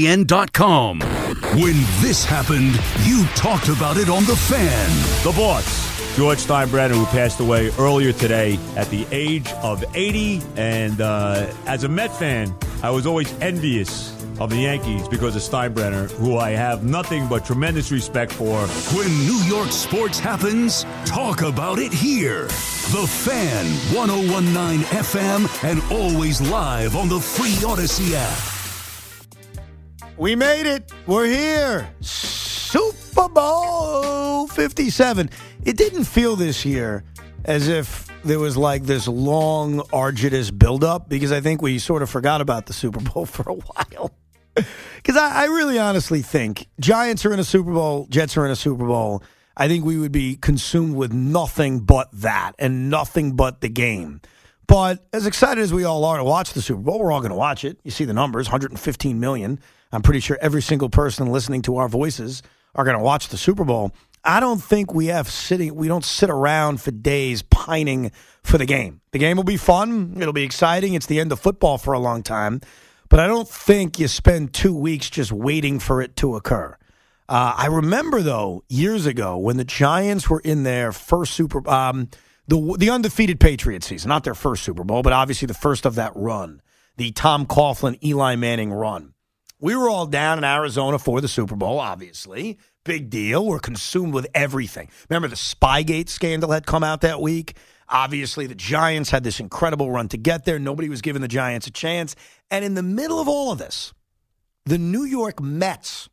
S7: WFAN.com.
S9: When this happened, you talked about it on The Fan.
S10: The boss, George Steinbrenner, who passed away earlier today at the age of 80. And uh, as a Met fan, I was always envious of the Yankees because of Steinbrenner, who I have nothing but tremendous respect for.
S9: When New York sports happens, talk about it here. The Fan, 1019 FM, and always live on the free Odyssey app.
S2: We made it. We're here. Super Bowl 57. It didn't feel this year as if there was like this long, arduous buildup because I think we sort of forgot about the Super Bowl for a while. Because I, I really honestly think Giants are in a Super Bowl, Jets are in a Super Bowl. I think we would be consumed with nothing but that and nothing but the game. But as excited as we all are to watch the Super Bowl, we're all going to watch it. You see the numbers 115 million. I'm pretty sure every single person listening to our voices are going to watch the Super Bowl. I don't think we have sitting, we don't sit around for days pining for the game. The game will be fun. It'll be exciting. It's the end of football for a long time. But I don't think you spend two weeks just waiting for it to occur. Uh, I remember though years ago when the Giants were in their first Super, um, the the undefeated Patriot season, not their first Super Bowl, but obviously the first of that run, the Tom Coughlin, Eli Manning run. We were all down in Arizona for the Super Bowl, obviously. Big deal. We're consumed with everything. Remember, the Spygate scandal had come out that week. Obviously, the Giants had this incredible run to get there. Nobody was giving the Giants a chance. And in the middle of all of this, the New York Mets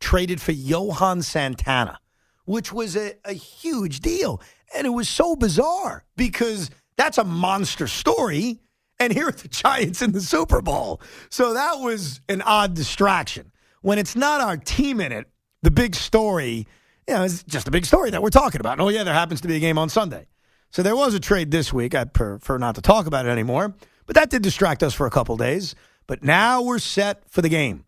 S2: traded for Johan Santana, which was a, a huge deal. And it was so bizarre because that's a monster story. And here are the Giants in the Super Bowl. So that was an odd distraction. When it's not our team in it, the big story, you know, is just a big story that we're talking about. And oh, yeah, there happens to be a game on Sunday. So there was a trade this week. I prefer not to talk about it anymore, but that did distract us for a couple days. But now we're set for the game,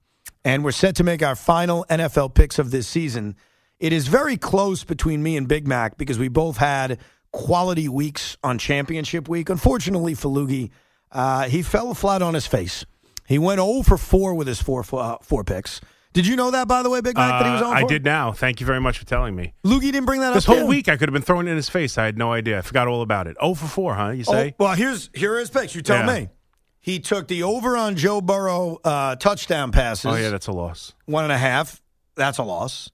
S2: and we're set to make our final NFL picks of this season. It is very close between me and Big Mac because we both had quality weeks on championship week. Unfortunately for Loogie, uh, he fell flat on his face. He went 0 for 4 with his four, uh, four picks. Did you know that, by the way, Big Mac, that he was
S3: Uh,
S2: on
S3: I did now. Thank you very much for telling me.
S2: Loogie didn't bring that
S3: This
S2: up.
S3: whole
S2: too?
S3: week I could have been thrown in his face. I had no idea. I forgot all about it. Oh for four, huh? You say?
S2: Oh, well, here's here are his picks. You tell
S3: Yeah.
S2: me. He took the over on Joe Burrow uh, touchdown passes.
S3: Oh, yeah, that's a loss.
S2: one and a half. That's a loss.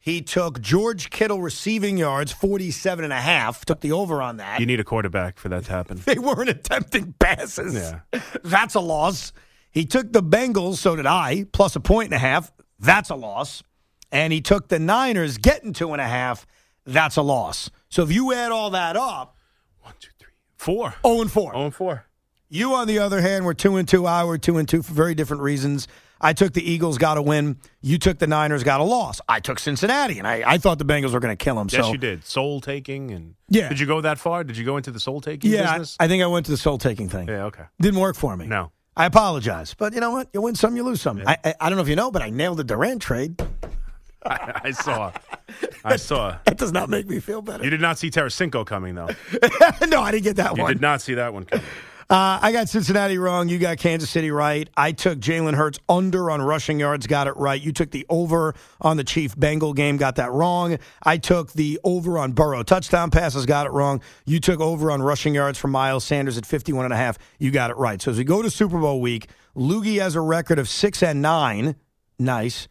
S2: He took George Kittle receiving yards, 47 and a half. Took the over on that.
S3: You need a quarterback for that to happen.
S2: they weren't attempting passes.
S3: Yeah.
S2: That's a loss. He took the Bengals, so did I, plus a point and a half. That's a loss. And he took the Niners, getting two and a half. That's a loss. So if you add all that up,
S3: One, two, three, four.
S2: 0 and 4.
S3: Oh and four.
S2: You, on the other hand, were two and two. I were two and two for very different reasons. I took the Eagles, got a win. You took the Niners, got a loss. I took Cincinnati, and I, I thought the Bengals were going to kill him.
S3: Yes,
S2: so
S3: you did. Soul taking and
S2: Yeah.
S3: Did you go that far? Did you go into the soul taking
S2: yeah, I-
S3: business?
S2: I think I went to the soul taking thing.
S3: yeah. Okay.
S2: Didn't work for me.
S3: No.
S2: I apologize, but you know what? You win some, you lose some. I, I I don't know if you know, but I nailed the Durant trade.
S3: I, I saw. I saw.
S2: That does not make me feel better.
S3: You did not see Tarasenko coming, though.
S2: no, I didn't get that
S3: You
S2: one.
S3: did not see that one coming.
S2: Uh, I got Cincinnati wrong. You got Kansas City right. I took Jalen Hurts under on rushing yards. Got it right. You took the over on the Chief Bengal game. Got that wrong. I took the over on Burrow touchdown passes. Got it wrong. You took over on rushing yards for Miles Sanders at 51 and a half. You got it right. So as we go to Super Bowl week, Loogie has a record of six and nine. Nice.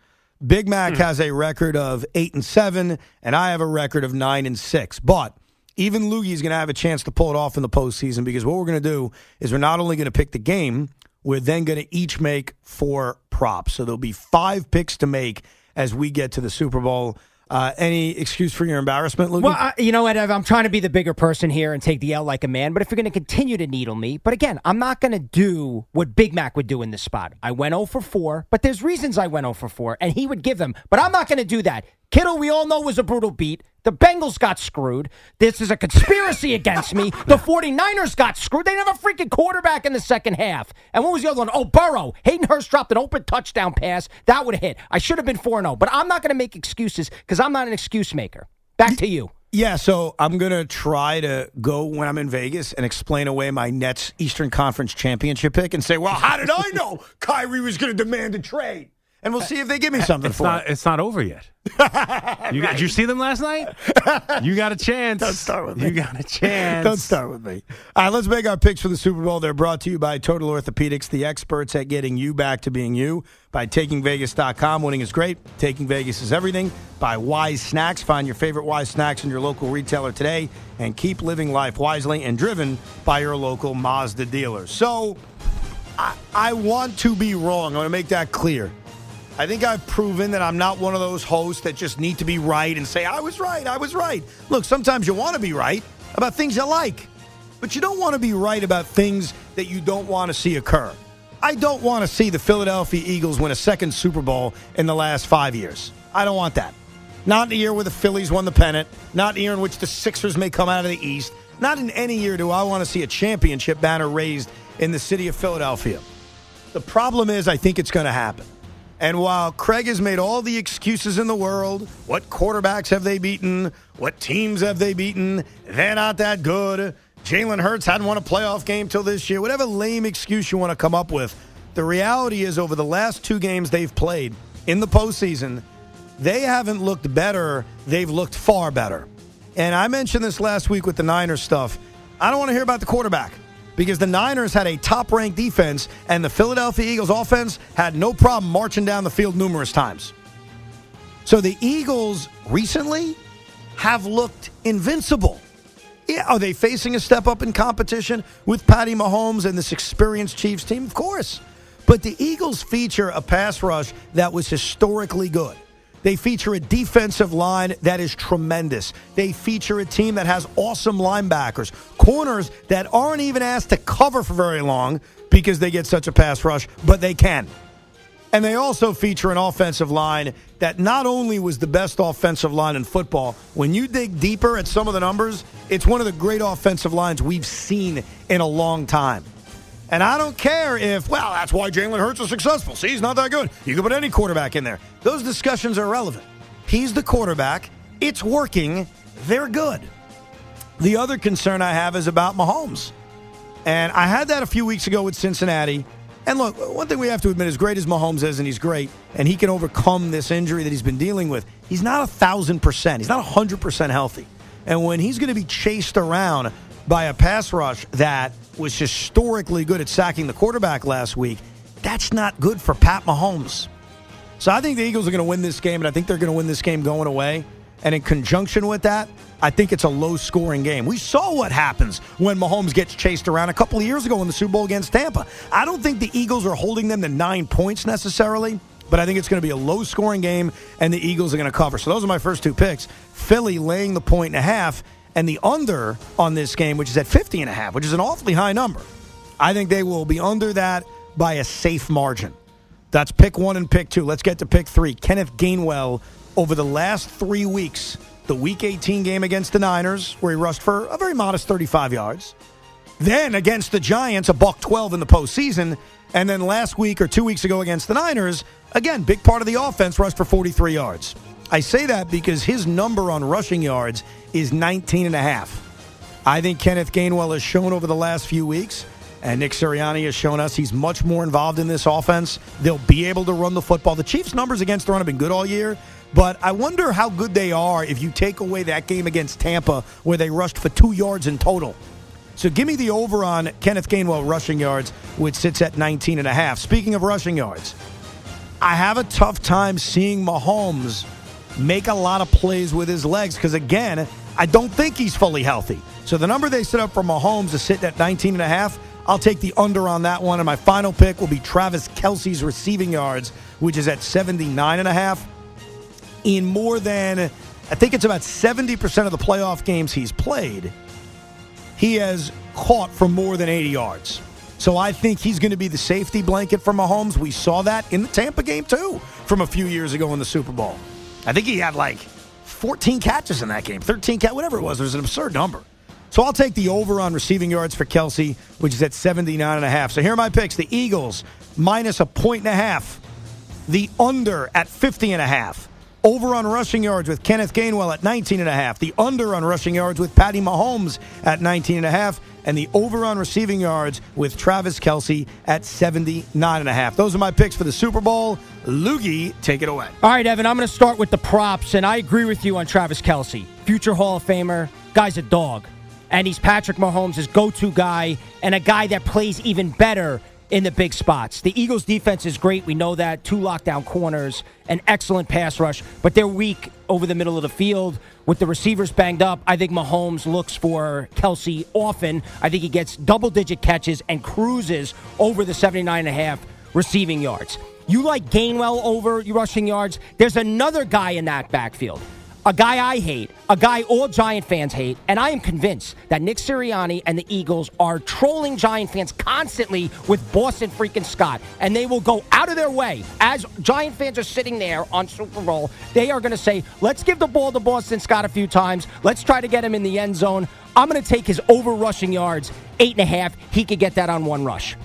S2: Big Mac has a record of eight and seven, and I have a record of nine and six. But even Loogie's going to have a chance to pull it off in the postseason because what we're going to do is we're not only going to pick the game, we're then going to each make four props. So there'll be five picks to make as we get to the Super Bowl. Uh, any excuse for your embarrassment, Loogie?
S8: Well, I, you know what? Ev, I'm trying to be the bigger person here and take the L like a man. But if you're going to continue to needle me, but again, I'm not going to do what Big Mac would do in this spot. I went 0 for 4, but there's reasons I went 0 for 4, and he would give them. But I'm not going to do that. Kittle, we all know, was a brutal beat. The Bengals got screwed. This is a conspiracy against me. The 49ers got screwed. They didn't have a freaking quarterback in the second half. And what was the other one? Oh, Burrow. Hayden Hurst dropped an open touchdown pass. That would have hit. I should have been 4 0, but I'm not going to make excuses because I'm not an excuse maker. Back to you.
S2: Yeah, so I'm going to try to go when I'm in Vegas and explain away my Nets Eastern Conference championship pick and say, well, how did I know Kyrie was going to demand a trade? And we'll see if they give me something
S3: It's
S2: for
S3: not.
S2: it.
S3: It's not over yet. You got, did you see them last night? You got a chance.
S2: Don't start with me.
S3: You got a chance.
S2: Don't start with me. All right, let's make our picks for the Super Bowl. They're brought to you by Total Orthopedics, the experts at getting you back to being you. By takingvegas.com, winning is great. Taking Vegas is everything. By Wise Snacks, find your favorite Wise Snacks in your local retailer today and keep living life wisely and driven by your local Mazda dealer. So I, I want to be wrong. I want to make that clear. I think I've proven that I'm not one of those hosts that just need to be right and say, I was right, I was right. Look, sometimes you want to be right about things you like, but you don't want to be right about things that you don't want to see occur. I don't want to see the Philadelphia Eagles win a second Super Bowl in the last five years. I don't want that. Not the year where the Phillies won the pennant, not the year in which the Sixers may come out of the East. Not in any year do I want to see a championship banner raised in the city of Philadelphia. The problem is, I think it's going to happen. And while Craig has made all the excuses in the world, what quarterbacks have they beaten? What teams have they beaten? They're not that good. Jalen Hurts hadn't won a playoff game till this year. Whatever lame excuse you want to come up with, the reality is, over the last two games they've played in the postseason, they haven't looked better. They've looked far better. And I mentioned this last week with the Niners stuff. I don't want to hear about the quarterback because the Niners had a top ranked defense, and the Philadelphia Eagles offense had no problem marching down the field numerous times. So the Eagles recently have looked invincible. Yeah, are they facing a step up in competition with Patty Mahomes and this experienced Chiefs team? Of course. But the Eagles feature a pass rush that was historically good. They feature a defensive line that is tremendous. They feature a team that has awesome linebackers, corners that aren't even asked to cover for very long because they get such a pass rush, but they can. And they also feature an offensive line that not only was the best offensive line in football, when you dig deeper at some of the numbers, it's one of the great offensive lines we've seen in a long time. And I don't care if, well, that's why Jalen Hurts was successful. See, he's not that good. You can put any quarterback in there. Those discussions are irrelevant. He's the quarterback. It's working. They're good. The other concern I have is about Mahomes. And I had that a few weeks ago with Cincinnati. And look, one thing we have to admit, as great as Mahomes is, and he's great, and he can overcome this injury that he's been dealing with, he's not a thousand percent. He's not a hundred percent healthy. And when he's going to be chased around by a pass rush that was historically good at sacking the quarterback last week, that's not good for Pat Mahomes. So I think the Eagles are going to win this game, and I think they're going to win this game going away. And in conjunction with that, I think it's a low scoring game. We saw what happens when Mahomes gets chased around a couple of years ago in the Super Bowl against Tampa. I don't think the Eagles are holding them to nine points necessarily, but I think it's going to be a low scoring game, and the Eagles are going to cover. So those are my first two picks Philly laying the point and a half, and the under on this game, which is at 50 and a half, which is an awfully high number. I think they will be under that by a safe margin. That's pick one and pick two. Let's get to pick three. Kenneth Gainwell over the last three weeks, the week 18 game against the Niners, where he rushed for a very modest 35 yards. Then against the Giants, a buck 12 in the postseason. And then last week or two weeks ago against the Niners, again, big part of the offense rushed for 43 yards. I say that because his number on rushing yards is 19 and a half. I think Kenneth Gainwell has shown over the last few weeks, and Nick Sirianni has shown us he's much more involved in this offense. They'll be able to run the football. The Chiefs' numbers against the run have been good all year, but I wonder how good they are if you take away that game against Tampa where they rushed for two yards in total. So give me the over on Kenneth Gainwell rushing yards, which sits at 19 and a half. Speaking of rushing yards, I have a tough time seeing Mahomes make a lot of plays with his legs because, again, I don't think he's fully healthy. So the number they set up for Mahomes is sitting at 19 and a half. I'll take the under on that one. And my final pick will be Travis Kelsey's receiving yards, which is at 79 and a half. In more than, I think it's about 70% of the playoff games he's played, he has caught for more than 80 yards. So I think he's going to be the safety blanket for Mahomes. We saw that in the Tampa game too from a few years ago in the Super Bowl. I think he had like 14 catches in that game, 13 cat, whatever it was. It was an absurd number. So I'll take the over on receiving yards for Kelsey, which is at 79 and a half. So here are my picks. The Eagles minus a point and a half. The under at 50 and a half. Over on rushing yards with Kenneth Gainwell at 19 and a half. The under on rushing yards with Patty Mahomes at 19 and a half. And the over on receiving yards with Travis Kelsey at 79 and a half. Those are my picks for the Super Bowl. Loogie, take it away.
S8: All right, Evan, I'm going to start with the props, and I agree with you on Travis Kelsey. Future Hall of Famer, guy's a dog. And he's Patrick Mahomes' go to guy, and a guy that plays even better in the big spots. The Eagles' defense is great. We know that. Two lockdown corners, an excellent pass rush, but they're weak over the middle of the field. With the receivers banged up, I think Mahomes looks for Kelsey often. I think he gets double digit catches and cruises over the 79 and a half receiving yards. You like Gainwell over your rushing yards. There's another guy in that backfield. A guy I hate, a guy all Giant fans hate, and I am convinced that Nick Sirianni and the Eagles are trolling Giant fans constantly with Boston freaking Scott, and they will go out of their way as Giant fans are sitting there on Super Bowl. They are going to say, "Let's give the ball to Boston Scott a few times. Let's try to get him in the end zone." I'm going to take his over rushing yards, eight and a half. He could get that on one rush.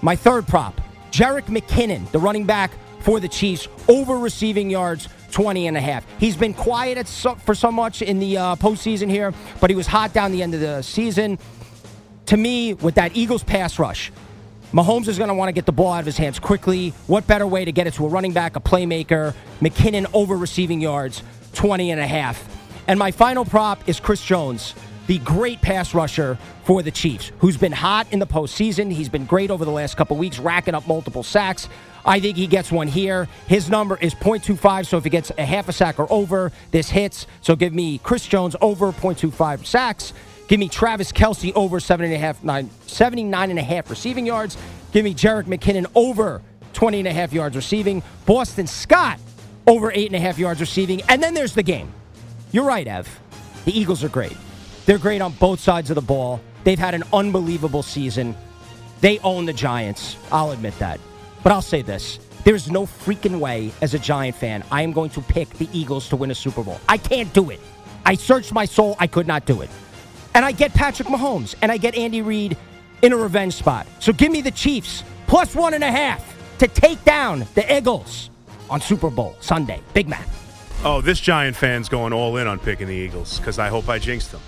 S8: My third prop, Jarek McKinnon, the running back for the Chiefs, over receiving yards, 20 and a half. He's been quiet at so, for so much in the uh, postseason here, but he was hot down the end of the season. To me, with that Eagles pass rush, Mahomes is going to want to get the ball out of his hands quickly. What better way to get it to a running back, a playmaker? McKinnon over receiving yards, 20 and a half. And my final prop is Chris Jones the great pass rusher for the Chiefs, who's been hot in the postseason. He's been great over the last couple weeks, racking up multiple sacks. I think he gets one here. His number is 0.25, so if he gets a half a sack or over, this hits. So give me Chris Jones over 0.25 sacks. Give me Travis Kelsey over seven and a half, nine, 79 and a half receiving yards. Give me Jarek McKinnon over 20 and a half yards receiving. Boston Scott over eight and a half yards receiving. And then there's the game. You're right, Ev. The Eagles are great. They're great on both sides of the ball. They've had an unbelievable season. They own the Giants. I'll admit that. But I'll say this there's no freaking way, as a Giant fan, I am going to pick the Eagles to win a Super Bowl. I can't do it. I searched my soul, I could not do it. And I get Patrick Mahomes and I get Andy Reid in a revenge spot. So give me the Chiefs plus one and a half to take down the Eagles on Super Bowl Sunday. Big Mac.
S3: Oh, this Giant fan's going all in on picking the Eagles because I hope I jinxed them.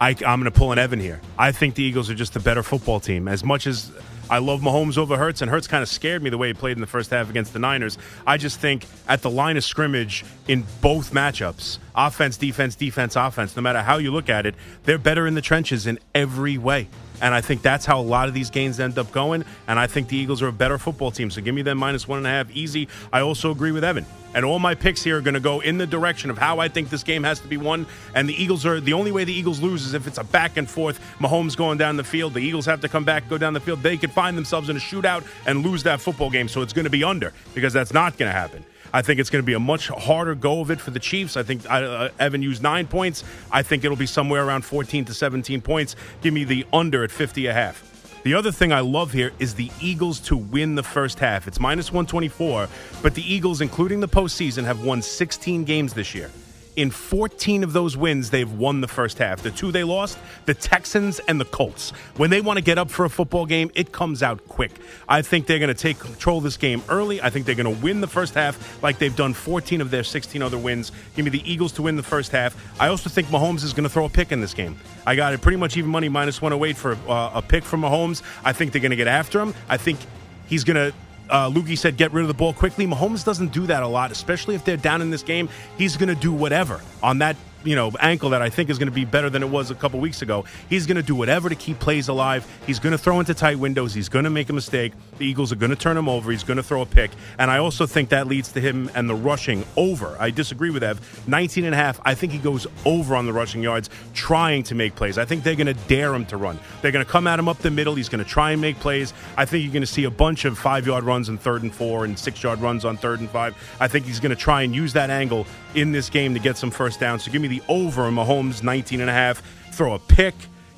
S3: I, I'm going to pull an Evan here. I think the Eagles are just the better football team. As much as I love Mahomes over Hurts, and Hurts kind of scared me the way he played in the first half against the Niners, I just think at the line of scrimmage in both matchups, offense, defense, defense, offense, no matter how you look at it, they're better in the trenches in every way. And I think that's how a lot of these games end up going. And I think the Eagles are a better football team. So give me them minus one and a half easy. I also agree with Evan. And all my picks here are going to go in the direction of how I think this game has to be won. And the Eagles are the only way the Eagles lose is if it's a back and forth. Mahomes going down the field. The Eagles have to come back, go down the field. They could find themselves in a shootout and lose that football game. So it's going to be under because that's not going to happen. I think it's going to be a much harder go of it for the Chiefs. I think uh, Evan used nine points. I think it'll be somewhere around 14 to 17 points. Give me the under at 50 a half. The other thing I love here is the Eagles to win the first half. It's minus 124, but the Eagles, including the postseason, have won 16 games this year. In 14 of those wins, they've won the first half. The two they lost, the Texans and the Colts. When they want to get up for a football game, it comes out quick. I think they're going to take control of this game early. I think they're going to win the first half like they've done 14 of their 16 other wins. Give me the Eagles to win the first half. I also think Mahomes is going to throw a pick in this game. I got it pretty much even money minus 108 for uh, a pick from Mahomes. I think they're going to get after him. I think he's going to uh, Lukey said, get rid of the ball quickly. Mahomes doesn't do that a lot, especially if they're down in this game. He's going to do whatever on that you know ankle that I think is going to be better than it was a couple weeks ago. He's going to do whatever to keep plays alive. He's going to throw into tight windows. He's going to make a mistake. The Eagles are going to turn him over. He's going to throw a pick, and I also think that leads to him and the rushing over. I disagree with Ev. 19 and a half. I think he goes over on the rushing yards, trying to make plays. I think they're going to dare him to run. They're going to come at him up the middle. He's going to try and make plays. I think you're going to see a bunch of five yard runs on third and four and six yard runs on third and five. I think he's going to try and use that angle in this game to get some first downs. So give me the over in Mahomes 19 and a half. Throw a pick.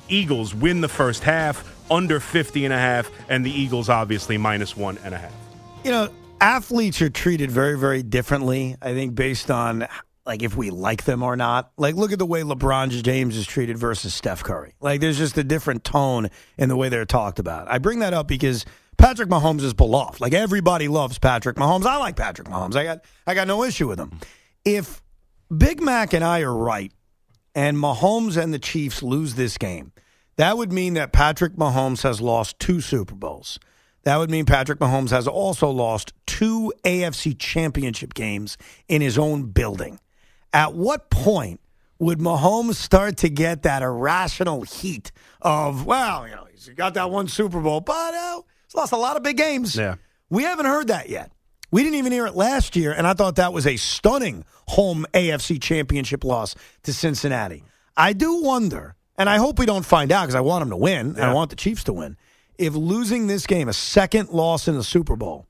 S3: Eagles win the first half under 50 and a half, and the Eagles obviously minus one and a half.
S2: You know, athletes are treated very, very differently, I think, based on like if we like them or not. Like, look at the way LeBron James is treated versus Steph Curry. Like, there's just a different tone in the way they're talked about. I bring that up because Patrick Mahomes is beloved. Like, everybody loves Patrick Mahomes. I like Patrick Mahomes. I got, I got no issue with him. If Big Mac and I are right, and Mahomes and the Chiefs lose this game, that would mean that Patrick Mahomes has lost two Super Bowls. That would mean Patrick Mahomes has also lost two AFC championship games in his own building. At what point would Mahomes start to get that irrational heat of, well, you know, he's got that one Super Bowl, but uh, he's lost a lot of big games?
S3: Yeah.
S2: We haven't heard that yet. We didn't even hear it last year, and I thought that was a stunning home AFC championship loss to Cincinnati. I do wonder, and I hope we don't find out because I want him to win, and I want the Chiefs to win, if losing this game, a second loss in the Super Bowl,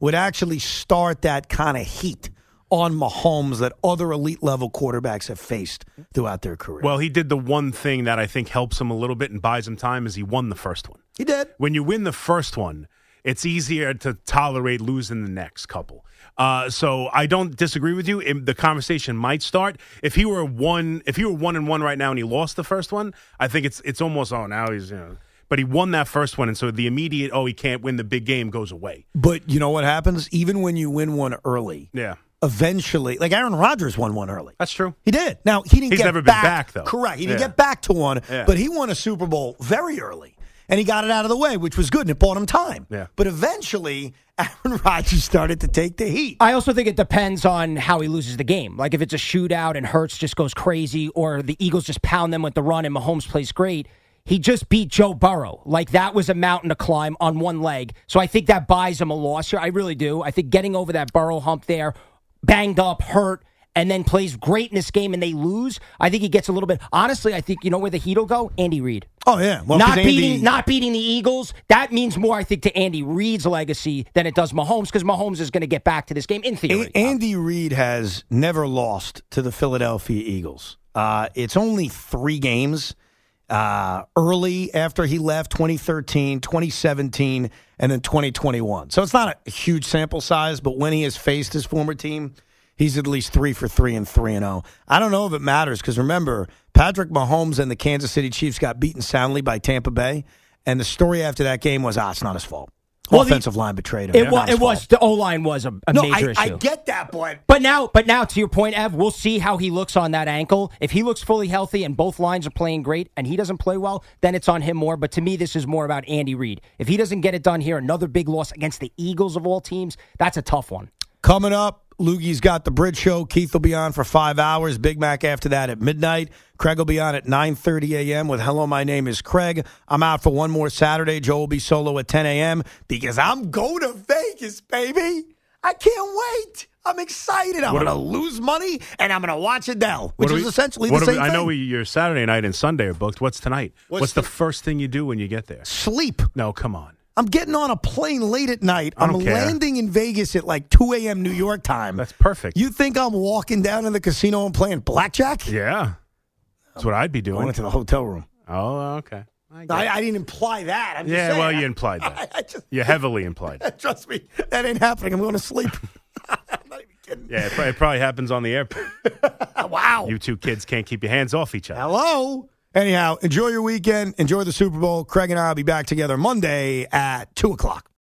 S2: would actually start that kind of heat on Mahomes that other elite level quarterbacks have faced throughout their career.
S3: Well, he did the one thing that I think helps him a little bit and buys him time is he won the first one.
S2: He did.
S3: When you win the first one, it's easier to tolerate losing the next couple. Uh, so I don't disagree with you. It- the conversation might start if he were one. If he were one and one right now and he lost the first one, I think it's it's almost oh now he's you know. But he won that first one, and so the immediate oh he can't win the big game goes away.
S2: But you know what happens? Even when you win one early,
S3: Yeah.
S2: eventually, like Aaron Rodgers won one early.
S3: That's true.
S2: He did. Now he didn't.
S3: He's
S2: get
S3: never been back, though.
S2: Correct. He didn't
S3: Yeah.
S2: get back to one,
S3: Yeah.
S2: but he won a Super Bowl very early, and he got it out of the way, which was good, and it bought him time.
S3: Yeah.
S2: But eventually, Aaron Rodgers started to take the heat.
S8: I also think it depends on how he loses the game. Like if it's a shootout and Hurts just goes crazy, or the Eagles just pound them with the run and Mahomes plays great. He just beat Joe Burrow. Like that was a mountain to climb on one leg. So I think that buys him a loss here. I really do. I think getting over that Burrow hump there, banged up, hurt, and then plays great in this game and they lose. I think he gets a little bit. Honestly, I think you know where the heat will go. Andy Reid
S2: Oh yeah. Well, 'cause
S8: not
S2: Andy-
S8: beating not beating the Eagles, that means more, I think, to Andy Reid's legacy than it does Mahomes, because Mahomes is going to get back to this game in theory.
S2: A- Andy Reid has never lost to the Philadelphia Eagles. Uh, it's only three games uh, early after he left 2013, 2017, and then 2021. So it's not a huge sample size, but when he has faced his former team, he's at least three for three and three and oh. I don't know if it matters because remember, Patrick Mahomes and the Kansas City Chiefs got beaten soundly by Tampa Bay. And the story after that game was, ah, it's not his fault.
S8: Well, the-
S2: Offensive line betrayed him.
S8: it
S2: Not
S8: was
S2: his
S8: it was the O line was a, a
S2: fault. no,
S8: major
S2: I,
S8: issue.
S2: I get that, but
S8: but now, but now, to your point, Ev, we'll see how he looks on that ankle. If he looks fully healthy and both lines are playing great, and he doesn't play well, then it's on him more. But to me, this is more about Andy Reid. If he doesn't get it done here, another big loss against the Eagles of all teams, that's a tough one.
S2: Coming up, Loogie's got the bridge show. Keith will be on for five hours. Big Mac after that at midnight. Craig will be on at 9.30 a.m. with Hello, My Name is Craig. I'm out for one more Saturday. Joe will be solo at 10 a.m. because I'm going to Vegas, baby. I can't wait. I'm excited. I'm
S3: What
S2: going to
S3: are-
S2: lose money, and I'm going to watch Adele,
S3: What
S2: which
S3: do
S2: is
S3: we-
S2: essentially
S3: what
S2: the
S3: do we-
S2: same
S3: I
S2: thing.
S3: know your Saturday night and Sunday are booked. What's tonight?
S2: What's
S3: What's, the,
S2: the-
S3: first thing you do when you get there?
S2: Sleep.
S3: No, come on.
S2: I'm getting on a plane late at night.
S3: I
S2: I'm
S3: don't care.
S2: landing in Vegas at like 2 a.m. New York time.
S3: That's perfect.
S2: you think I'm walking down to the casino and playing blackjack?
S3: yeah, that's what I'd be
S2: I
S3: doing.
S2: went to the hotel room.
S3: Oh, okay.
S2: I, I didn't imply that. I'm just
S3: Yeah,
S2: saying.
S3: well, you implied that.
S2: I just,
S3: You heavily implied.
S2: trust me, that ain't happening. I'm going to sleep.
S3: Yeah, it probably, it probably happens on the airport.
S2: Oh, wow.
S3: You two kids can't keep your hands off each other.
S2: Hello. Anyhow, enjoy your weekend. Enjoy the Super Bowl. Craig and I will be back together Monday at 2 o'clock.